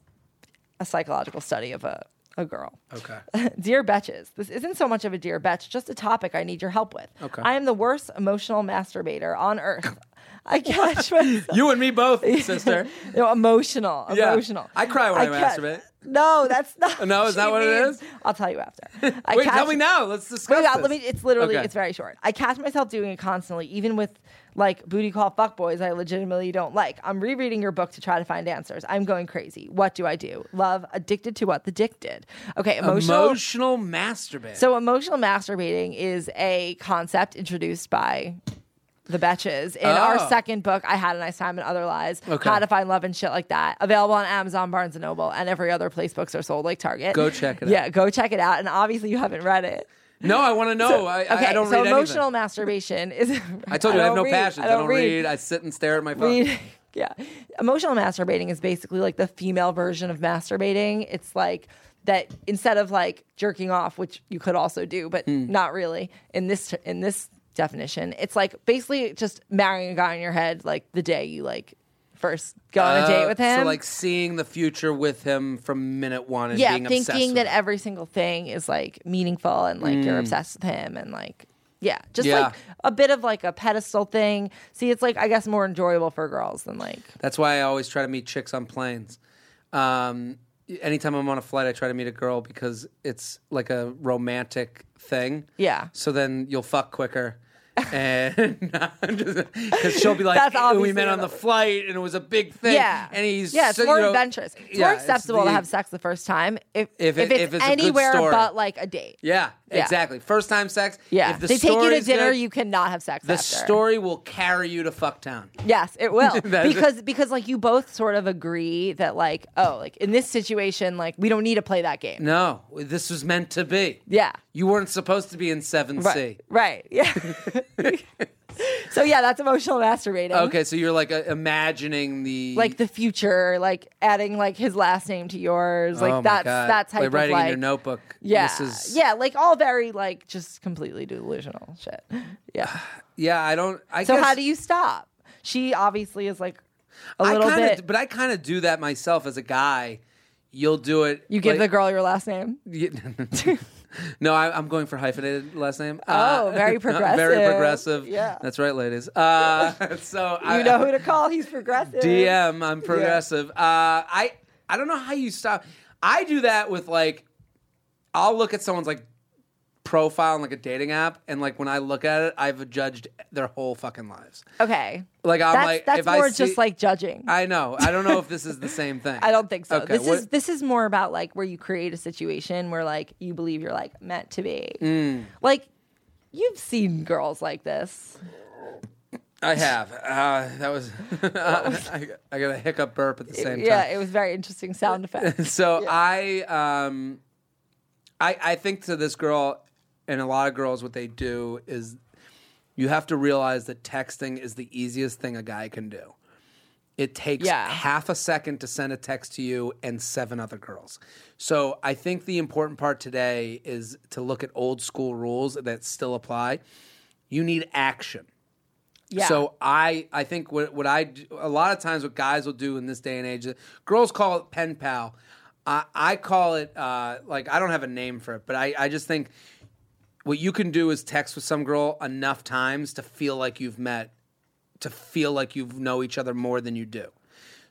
a psychological study of a a girl. Okay. Dear Betches, this isn't so much of a dear Betch, just a topic I need your help with. Okay. I am the worst emotional masturbator on earth. I catch myself. you and me both, sister. You know, emotional, Yeah. emotional. I cry when I catch- masturbate. No, that's not. No, is that she what it means. is? I'll tell you after. I Wait, catch- tell me now. Let's discuss. Wait, God, this. let me. It's literally. Okay. It's very short. I catch myself doing it constantly, even with like booty call fuckboys I legitimately don't like. I'm rereading your book to try to find answers. I'm going crazy. What do I do? Love addicted to what the dick did. Okay, emotional. emotional masturbate. So emotional masturbating is a concept introduced by the Betches in our Oh. second book, I Had a Nice Time and Other Lies, Okay. How to Find Love and Shit Like That, available on Amazon, Barnes and Noble, and every other place books are sold, like Target. Go check it out. Yeah, go check it out. And obviously you haven't read it. no, I want to know. I, I- okay, I don't so read emotional anything. masturbation is I told you I, have no don't read. passions. I don't, read. I sit and stare at my phone. Read- yeah. Emotional masturbating is basically like the female version of masturbating. It's like that instead of like jerking off, which you could also do, but Hmm. not really in this in this definition. It's like basically just marrying a guy in your head like the day you like first go on a date Uh, with him. So like seeing the future with him from minute one and yeah, being obsessed thinking with that it. every single thing is like meaningful and like you're obsessed with him and like yeah, just Yeah. like a bit of like a pedestal thing. See, it's like I guess more enjoyable for girls than like That's why I always try to meet chicks on planes. Um, anytime I'm on a flight, I try to meet a girl because it's like a romantic thing. Yeah. So then you'll fuck quicker. and because she'll be like, That's "And we obviously met on the flight, and it was a big thing. Yeah. and he's yeah, it's so- more you know, adventurous. It's yeah, more acceptable the- to have sex the first time if if, If it- it's, if it's a good anywhere story. but like a date. Yeah, Yeah. exactly. First time sex. Yeah, If the they take you story to is dinner. good, you cannot have sex. the after. story will carry you to fuck town. Yes, it will That's- because because like you both sort of agree that like oh like in this situation like we don't need to play that game. No, this was meant to be. Yeah. you weren't supposed to be in seven C. Right. Right. Yeah. so yeah, that's emotional masturbating. Okay, so you're like uh, imagining the Like the future, like adding like his last name to yours, like Oh my that's God. that type like of writing like in your notebook. Yeah. this is, Yeah, like all very like just completely delusional shit. Yeah. yeah. I don't. I So guess, how do you stop? She obviously is like a I little kinda, bit. But I kind of do that myself as a guy. You'll do it. You give the like- girl your last name. Yeah. no, I, I'm going for hyphenated last name. Uh, Oh, very very progressive. progressive. Yeah. that's right, ladies. Uh, so I, You know who to call. He's progressive. DM. I'm progressive. Uh, I I don't know how you stop. I do that with like, I'll look at someone's like profile on like a dating app, and like when I look at it, I've judged their whole fucking lives. Okay. Like I'm that's like, that's if more I see, just like judging. I, I know. I don't know if this is the same thing. don't think so. Okay, this what- is this is more about like where you create a situation where like you believe you're like meant to be. Mm. Like you've seen girls like this. I have. Uh, that was. I, I got a hiccup burp at the same yeah, time. it was very interesting sound effect. So I, um, I, I think to this girl, and a lot of girls, what they do is, you have to realize that texting is the easiest thing a guy can do. It takes Yeah. half a second to send a text to you and seven other girls. So I think the important part today is to look at old school rules that still apply. You need action. Yeah. So I I think what what I do, a lot of times what guys will do in this day and age, girls call it pen pal. I I call it uh, like I don't have a name for it, but I I just think what you can do is text with some girl enough times to feel like you've met, to feel like you know each other more than you do.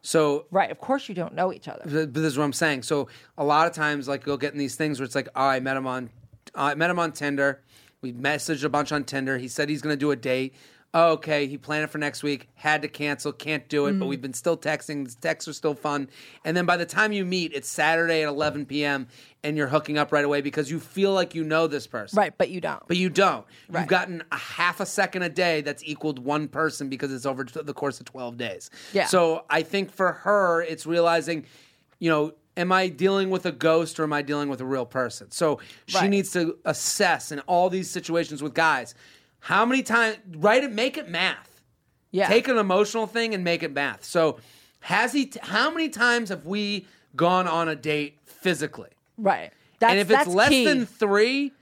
So right, of course you don't know each other. but but this is what I'm saying. So a lot of times, like you'll get in these things where it's like, oh, I met him on, I met him on Tinder. We messaged a bunch on Tinder. He said he's going to do a date. Oh, okay, he planned it for next week. Had to cancel. Can't do it. But we've been still texting. The texts are still fun. And then by the time you meet, it's Saturday at 11 p.m. and you're hooking up right away because you feel like you know this person. Right, but you don't. But you don't. Right. You've gotten a half a second a day that's equaled one person because it's over the course of 12 days. Yeah. So I think for her, it's realizing, you know, am I dealing with a ghost or am I dealing with a real person? So she Right. needs to assess in all these situations with guys how many times, write it, make it math. yeah. Take an emotional thing and make it math. So has he, t- how many times have we gone on a date physically? right. That's, and if that's it's less key. than three,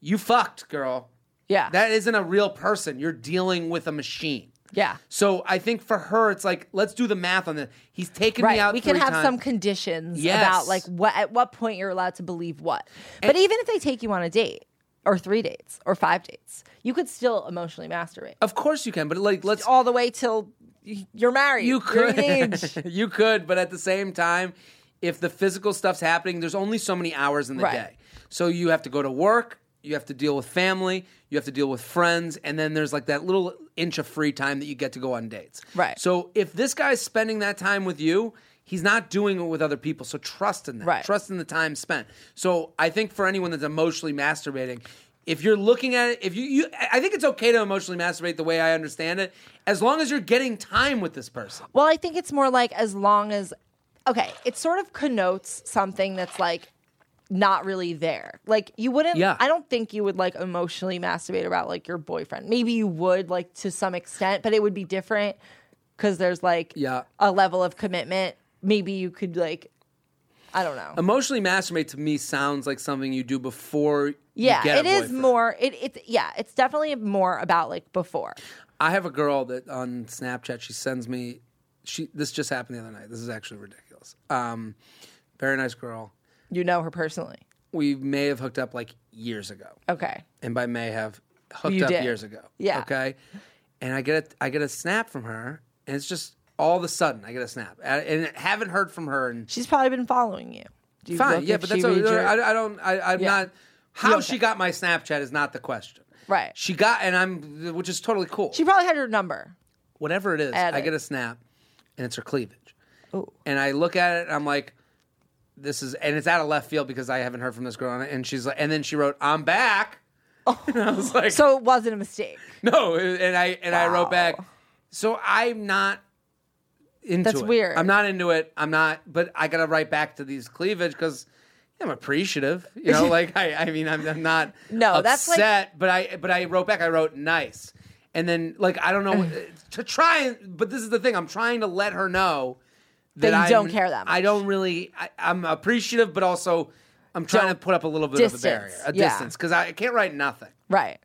you fucked, girl. yeah. That isn't a real person. You're dealing with a machine. yeah. So I think for her, it's like, let's do the math on this. He's taken me Right. out. We can three have some times. conditions Yes. about like what at what point you're allowed to believe what. But even if they take you on a date or three dates or five dates, you could still emotionally masturbate Of course you can, but like, let's. all the way till y- you're married. You you're of could. age. you could, but at the same time, if the physical stuff's happening, there's only so many hours in the Right. day. So you have to go to work, you have to deal with family, you have to deal with friends, and then there's like that little inch of free time that you get to go on dates. Right. So if this guy's spending that time with you, he's not doing it with other people. So trust in that. Right. Trust in the time spent. So I think for anyone that's emotionally masturbating, if you're looking at it, if you, you I I think it's okay to emotionally masturbate the way I understand it, as long as you're getting time with this person. Well, I think it's more like as long as okay, it sort of connotes something that's like not really there. Like you wouldn't Yeah. I don't think you would like emotionally masturbate about like your boyfriend. Maybe you would like to some extent, but it would be different cuz there's like Yeah. a level of commitment. Maybe you could like I don't know. Emotionally masturbate to me sounds like something you do before. yeah, you get it a is boyfriend. more it it's yeah, it's definitely more about like before. I have a girl that on Snapchat she sends me. She this just happened the other night. This is actually ridiculous. Um, very nice girl. You know her personally. We may have hooked up like years ago. Okay. and by may have hooked You up did. years ago. Yeah. Okay. And I get a, I get a snap from her, and it's just all of a sudden I get a snap, and and I haven't heard from her. And She's probably been following you. Do you fine, look yeah, if but she that's a, uh, reads your- I, I don't I, I'm Yeah. not how don't she got my Snapchat is not the question. Right. She got, and I'm which is totally cool. She probably had her number. Whatever it is, Add I it. get a snap, and it's her cleavage. Oh. and I look at it and I'm like, this is, and it's out of left field because I haven't heard from this girl. And she's like, and then she wrote, I'm back. And I was like, So it wasn't a mistake. No, and I and I wrote Wow. back. So I'm not into That's it. weird. I'm not into it. I'm not. But I gotta write back to these cleavage because I'm appreciative. You know, like I, I mean, I'm, I'm not No, that's like- upset. but I but I wrote back. I wrote nice, and then like I don't know to try and. But this is the thing. I'm trying to let her know that, you I don't care that I don't really. I, I'm appreciative, but also. I'm trying Don't- to put up a little bit of a barrier, Distance, a yeah. distance, because I can't write nothing. Right.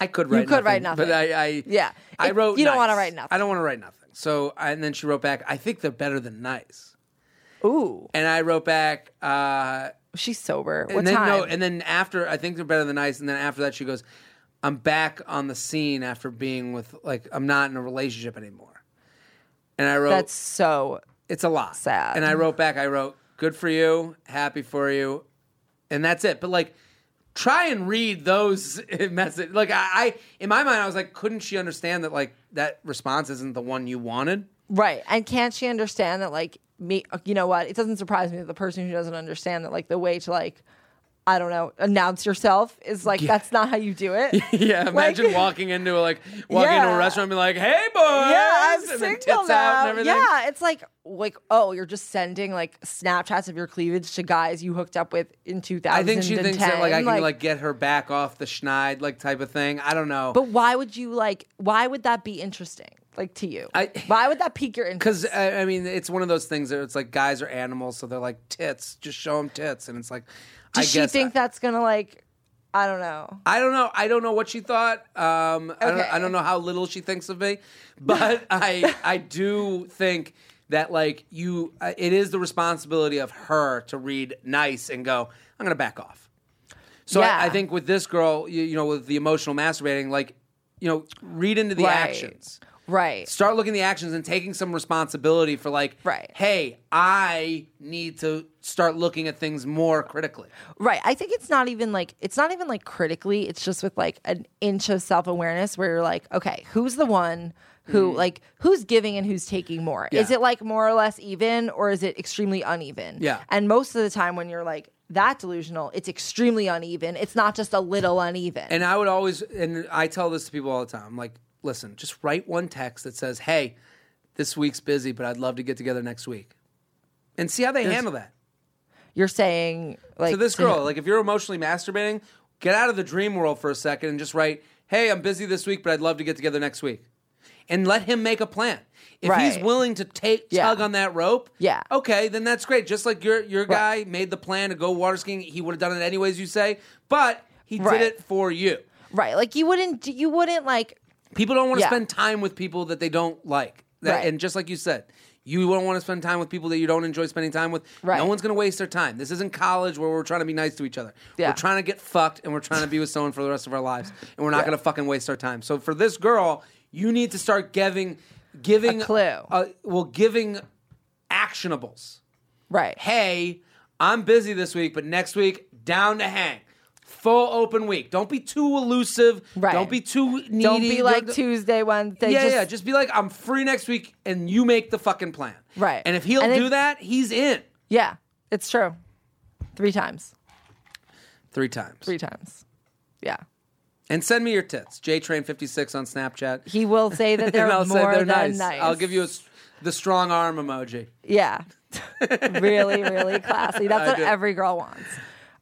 I could write. could write nothing. but I, I Yeah. I It- wrote. you don't nice. wanna write nothing. I don't want to write nothing. amazing. So and then she wrote back, I think they're better than nice. Ooh, And I wrote back, uh, she's sober. What and then time? no, and then after I think they're better than nice, and then after that she goes, I'm back on the scene after being with like I'm not in a relationship anymore. And I wrote That's so it's a lot. Sad. And I wrote back, I wrote, good for you, happy for you. And that's it. But like, try and read those messages. Like, I, I, in my mind, I was like, couldn't she understand that, like, that response isn't the one you wanted? right. And can't she understand that? Like me, you know what? It doesn't surprise me that the person who doesn't understand that, like the way to like, I don't know, announce yourself is like that's not how you do it. Yeah. Imagine Like- walking into a, like, walking into Yeah. a restaurant and be like, hey, boys. yeah, I'm and then single tits out and now. everything. Yeah, it's like like oh, you're just sending like Snapchats of your cleavage to guys you hooked up with in 2010. I think she thinks that, like, I can, like, get her back off the schneid, like, type of thing. I don't know. but why would you like? Why would that be interesting? Like to you? I- why would that pique your interest? Because uh, I, I mean, it's one of those things that it's like guys are animals, so they're like tits. Just show them tits, and it's like, I Does she guess uh, think that's gonna like? I don't know. I don't know. I don't know what she thought. Um, I, don't, Okay. I don't know how little she thinks of me, but I I do think that like you, uh, it is the responsibility of her to read nice and go. I'm gonna back off. So Yeah. I, I think with this girl, you, you know, with the emotional masturbating, like you know, read into the Right. actions. Right. Start looking at the actions and taking some responsibility for like, Right. hey, I need to start looking at things more critically. Right. I think it's not even like it's not even like critically. It's just with like an inch of self awareness where you're like, okay, who's the one who like who's giving and who's taking more? Is Mm-hmm. Yeah. it like more or less even or is it extremely uneven? Yeah. And most of the time when you're like that delusional, it's extremely uneven. It's not just a little uneven. And I would always, and I tell this to people all the time. I'm like, listen, just write one text that says, hey, this week's busy, but I'd love to get together next week. And see how they handle that. you're saying like To this to him- girl, like if you're emotionally masturbating, get out of the dream world for a second and just write, hey, I'm busy this week, but I'd love to get together next week. And let him make a plan. If he's Right. willing to take Yeah. tug on that rope, Yeah. okay, then that's great. Just like your your guy made the plan to go water skiing, he would have done it anyways, you say, but he Right. did it for you. Right. Like you wouldn't you wouldn't like People don't want to Yeah. spend time with people that they don't like. That- Right. And just like you said, you don't want to spend time with people that you don't enjoy spending time with. Right. No one's going to waste their time. This isn't college where we're trying to be nice to each other. Yeah. We're trying to get fucked and we're trying to be with someone for the rest of our lives. And we're not going to fucking waste our time. So for this girl, you need to start giving giving A clue. uh, well, giving actionables. right. Hey, I'm busy this week, but next week down to hang. Full open week. Don't be too elusive. Right. Don't be too needy. Don't be like Don't- Tuesday, Wednesday. yeah, just, yeah. Just be like, I'm free next week, and you make the fucking plan. Right. And if he'll And do if- that, he's in yeah. It's true. Three times. three times. Three times. Yeah. And send me your tits, JTrain56 on Snapchat. He will say that they're and I'll more say they're than nice. nice. I'll give you a s the strong arm emoji. yeah. really, really classy. That's I what do. every girl wants.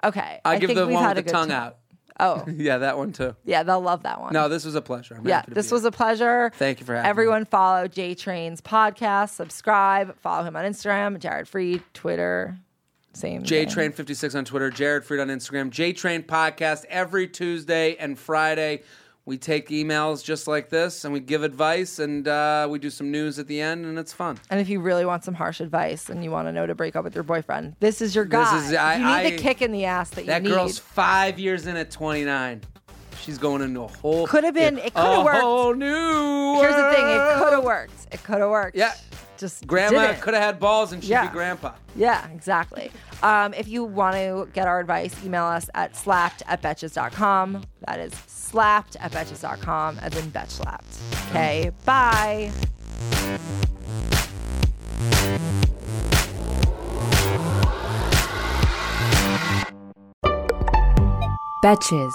Okay. I, give think the we've one had with a the good tongue time. out. Oh, Yeah, that one too. yeah. They'll love that one. No, this was a pleasure. I'm Yeah, happy to be this here. was a pleasure. Thank you for having me. Everyone follow J Train's podcast, subscribe, follow him on Instagram, Jared Free, Twitter, same. thing. JTrain56 on Twitter, Jared Freed on Instagram, JTrain Podcast every Tuesday and Friday. We take emails just like this and we give advice and uh, we do some news at the end and it's fun. And if you really want some harsh advice and you want to know to break up with your boyfriend, this is your guy. is- I- you need I- the kick in the ass that, That you need. girl's five years in at 29. She's going into a whole Coulda been. It coulda a worked. Whole new. Here's the thing: it world. could have worked. It could have worked. Yeah. just Grandma didn't. could have had balls and she'd Yeah. be grandpa. Yeah, exactly. Um, if you want to get our advice, email us at slapped at betches.com. That is slapped at betches.com as in betch slapped. Okay, bye. Betches.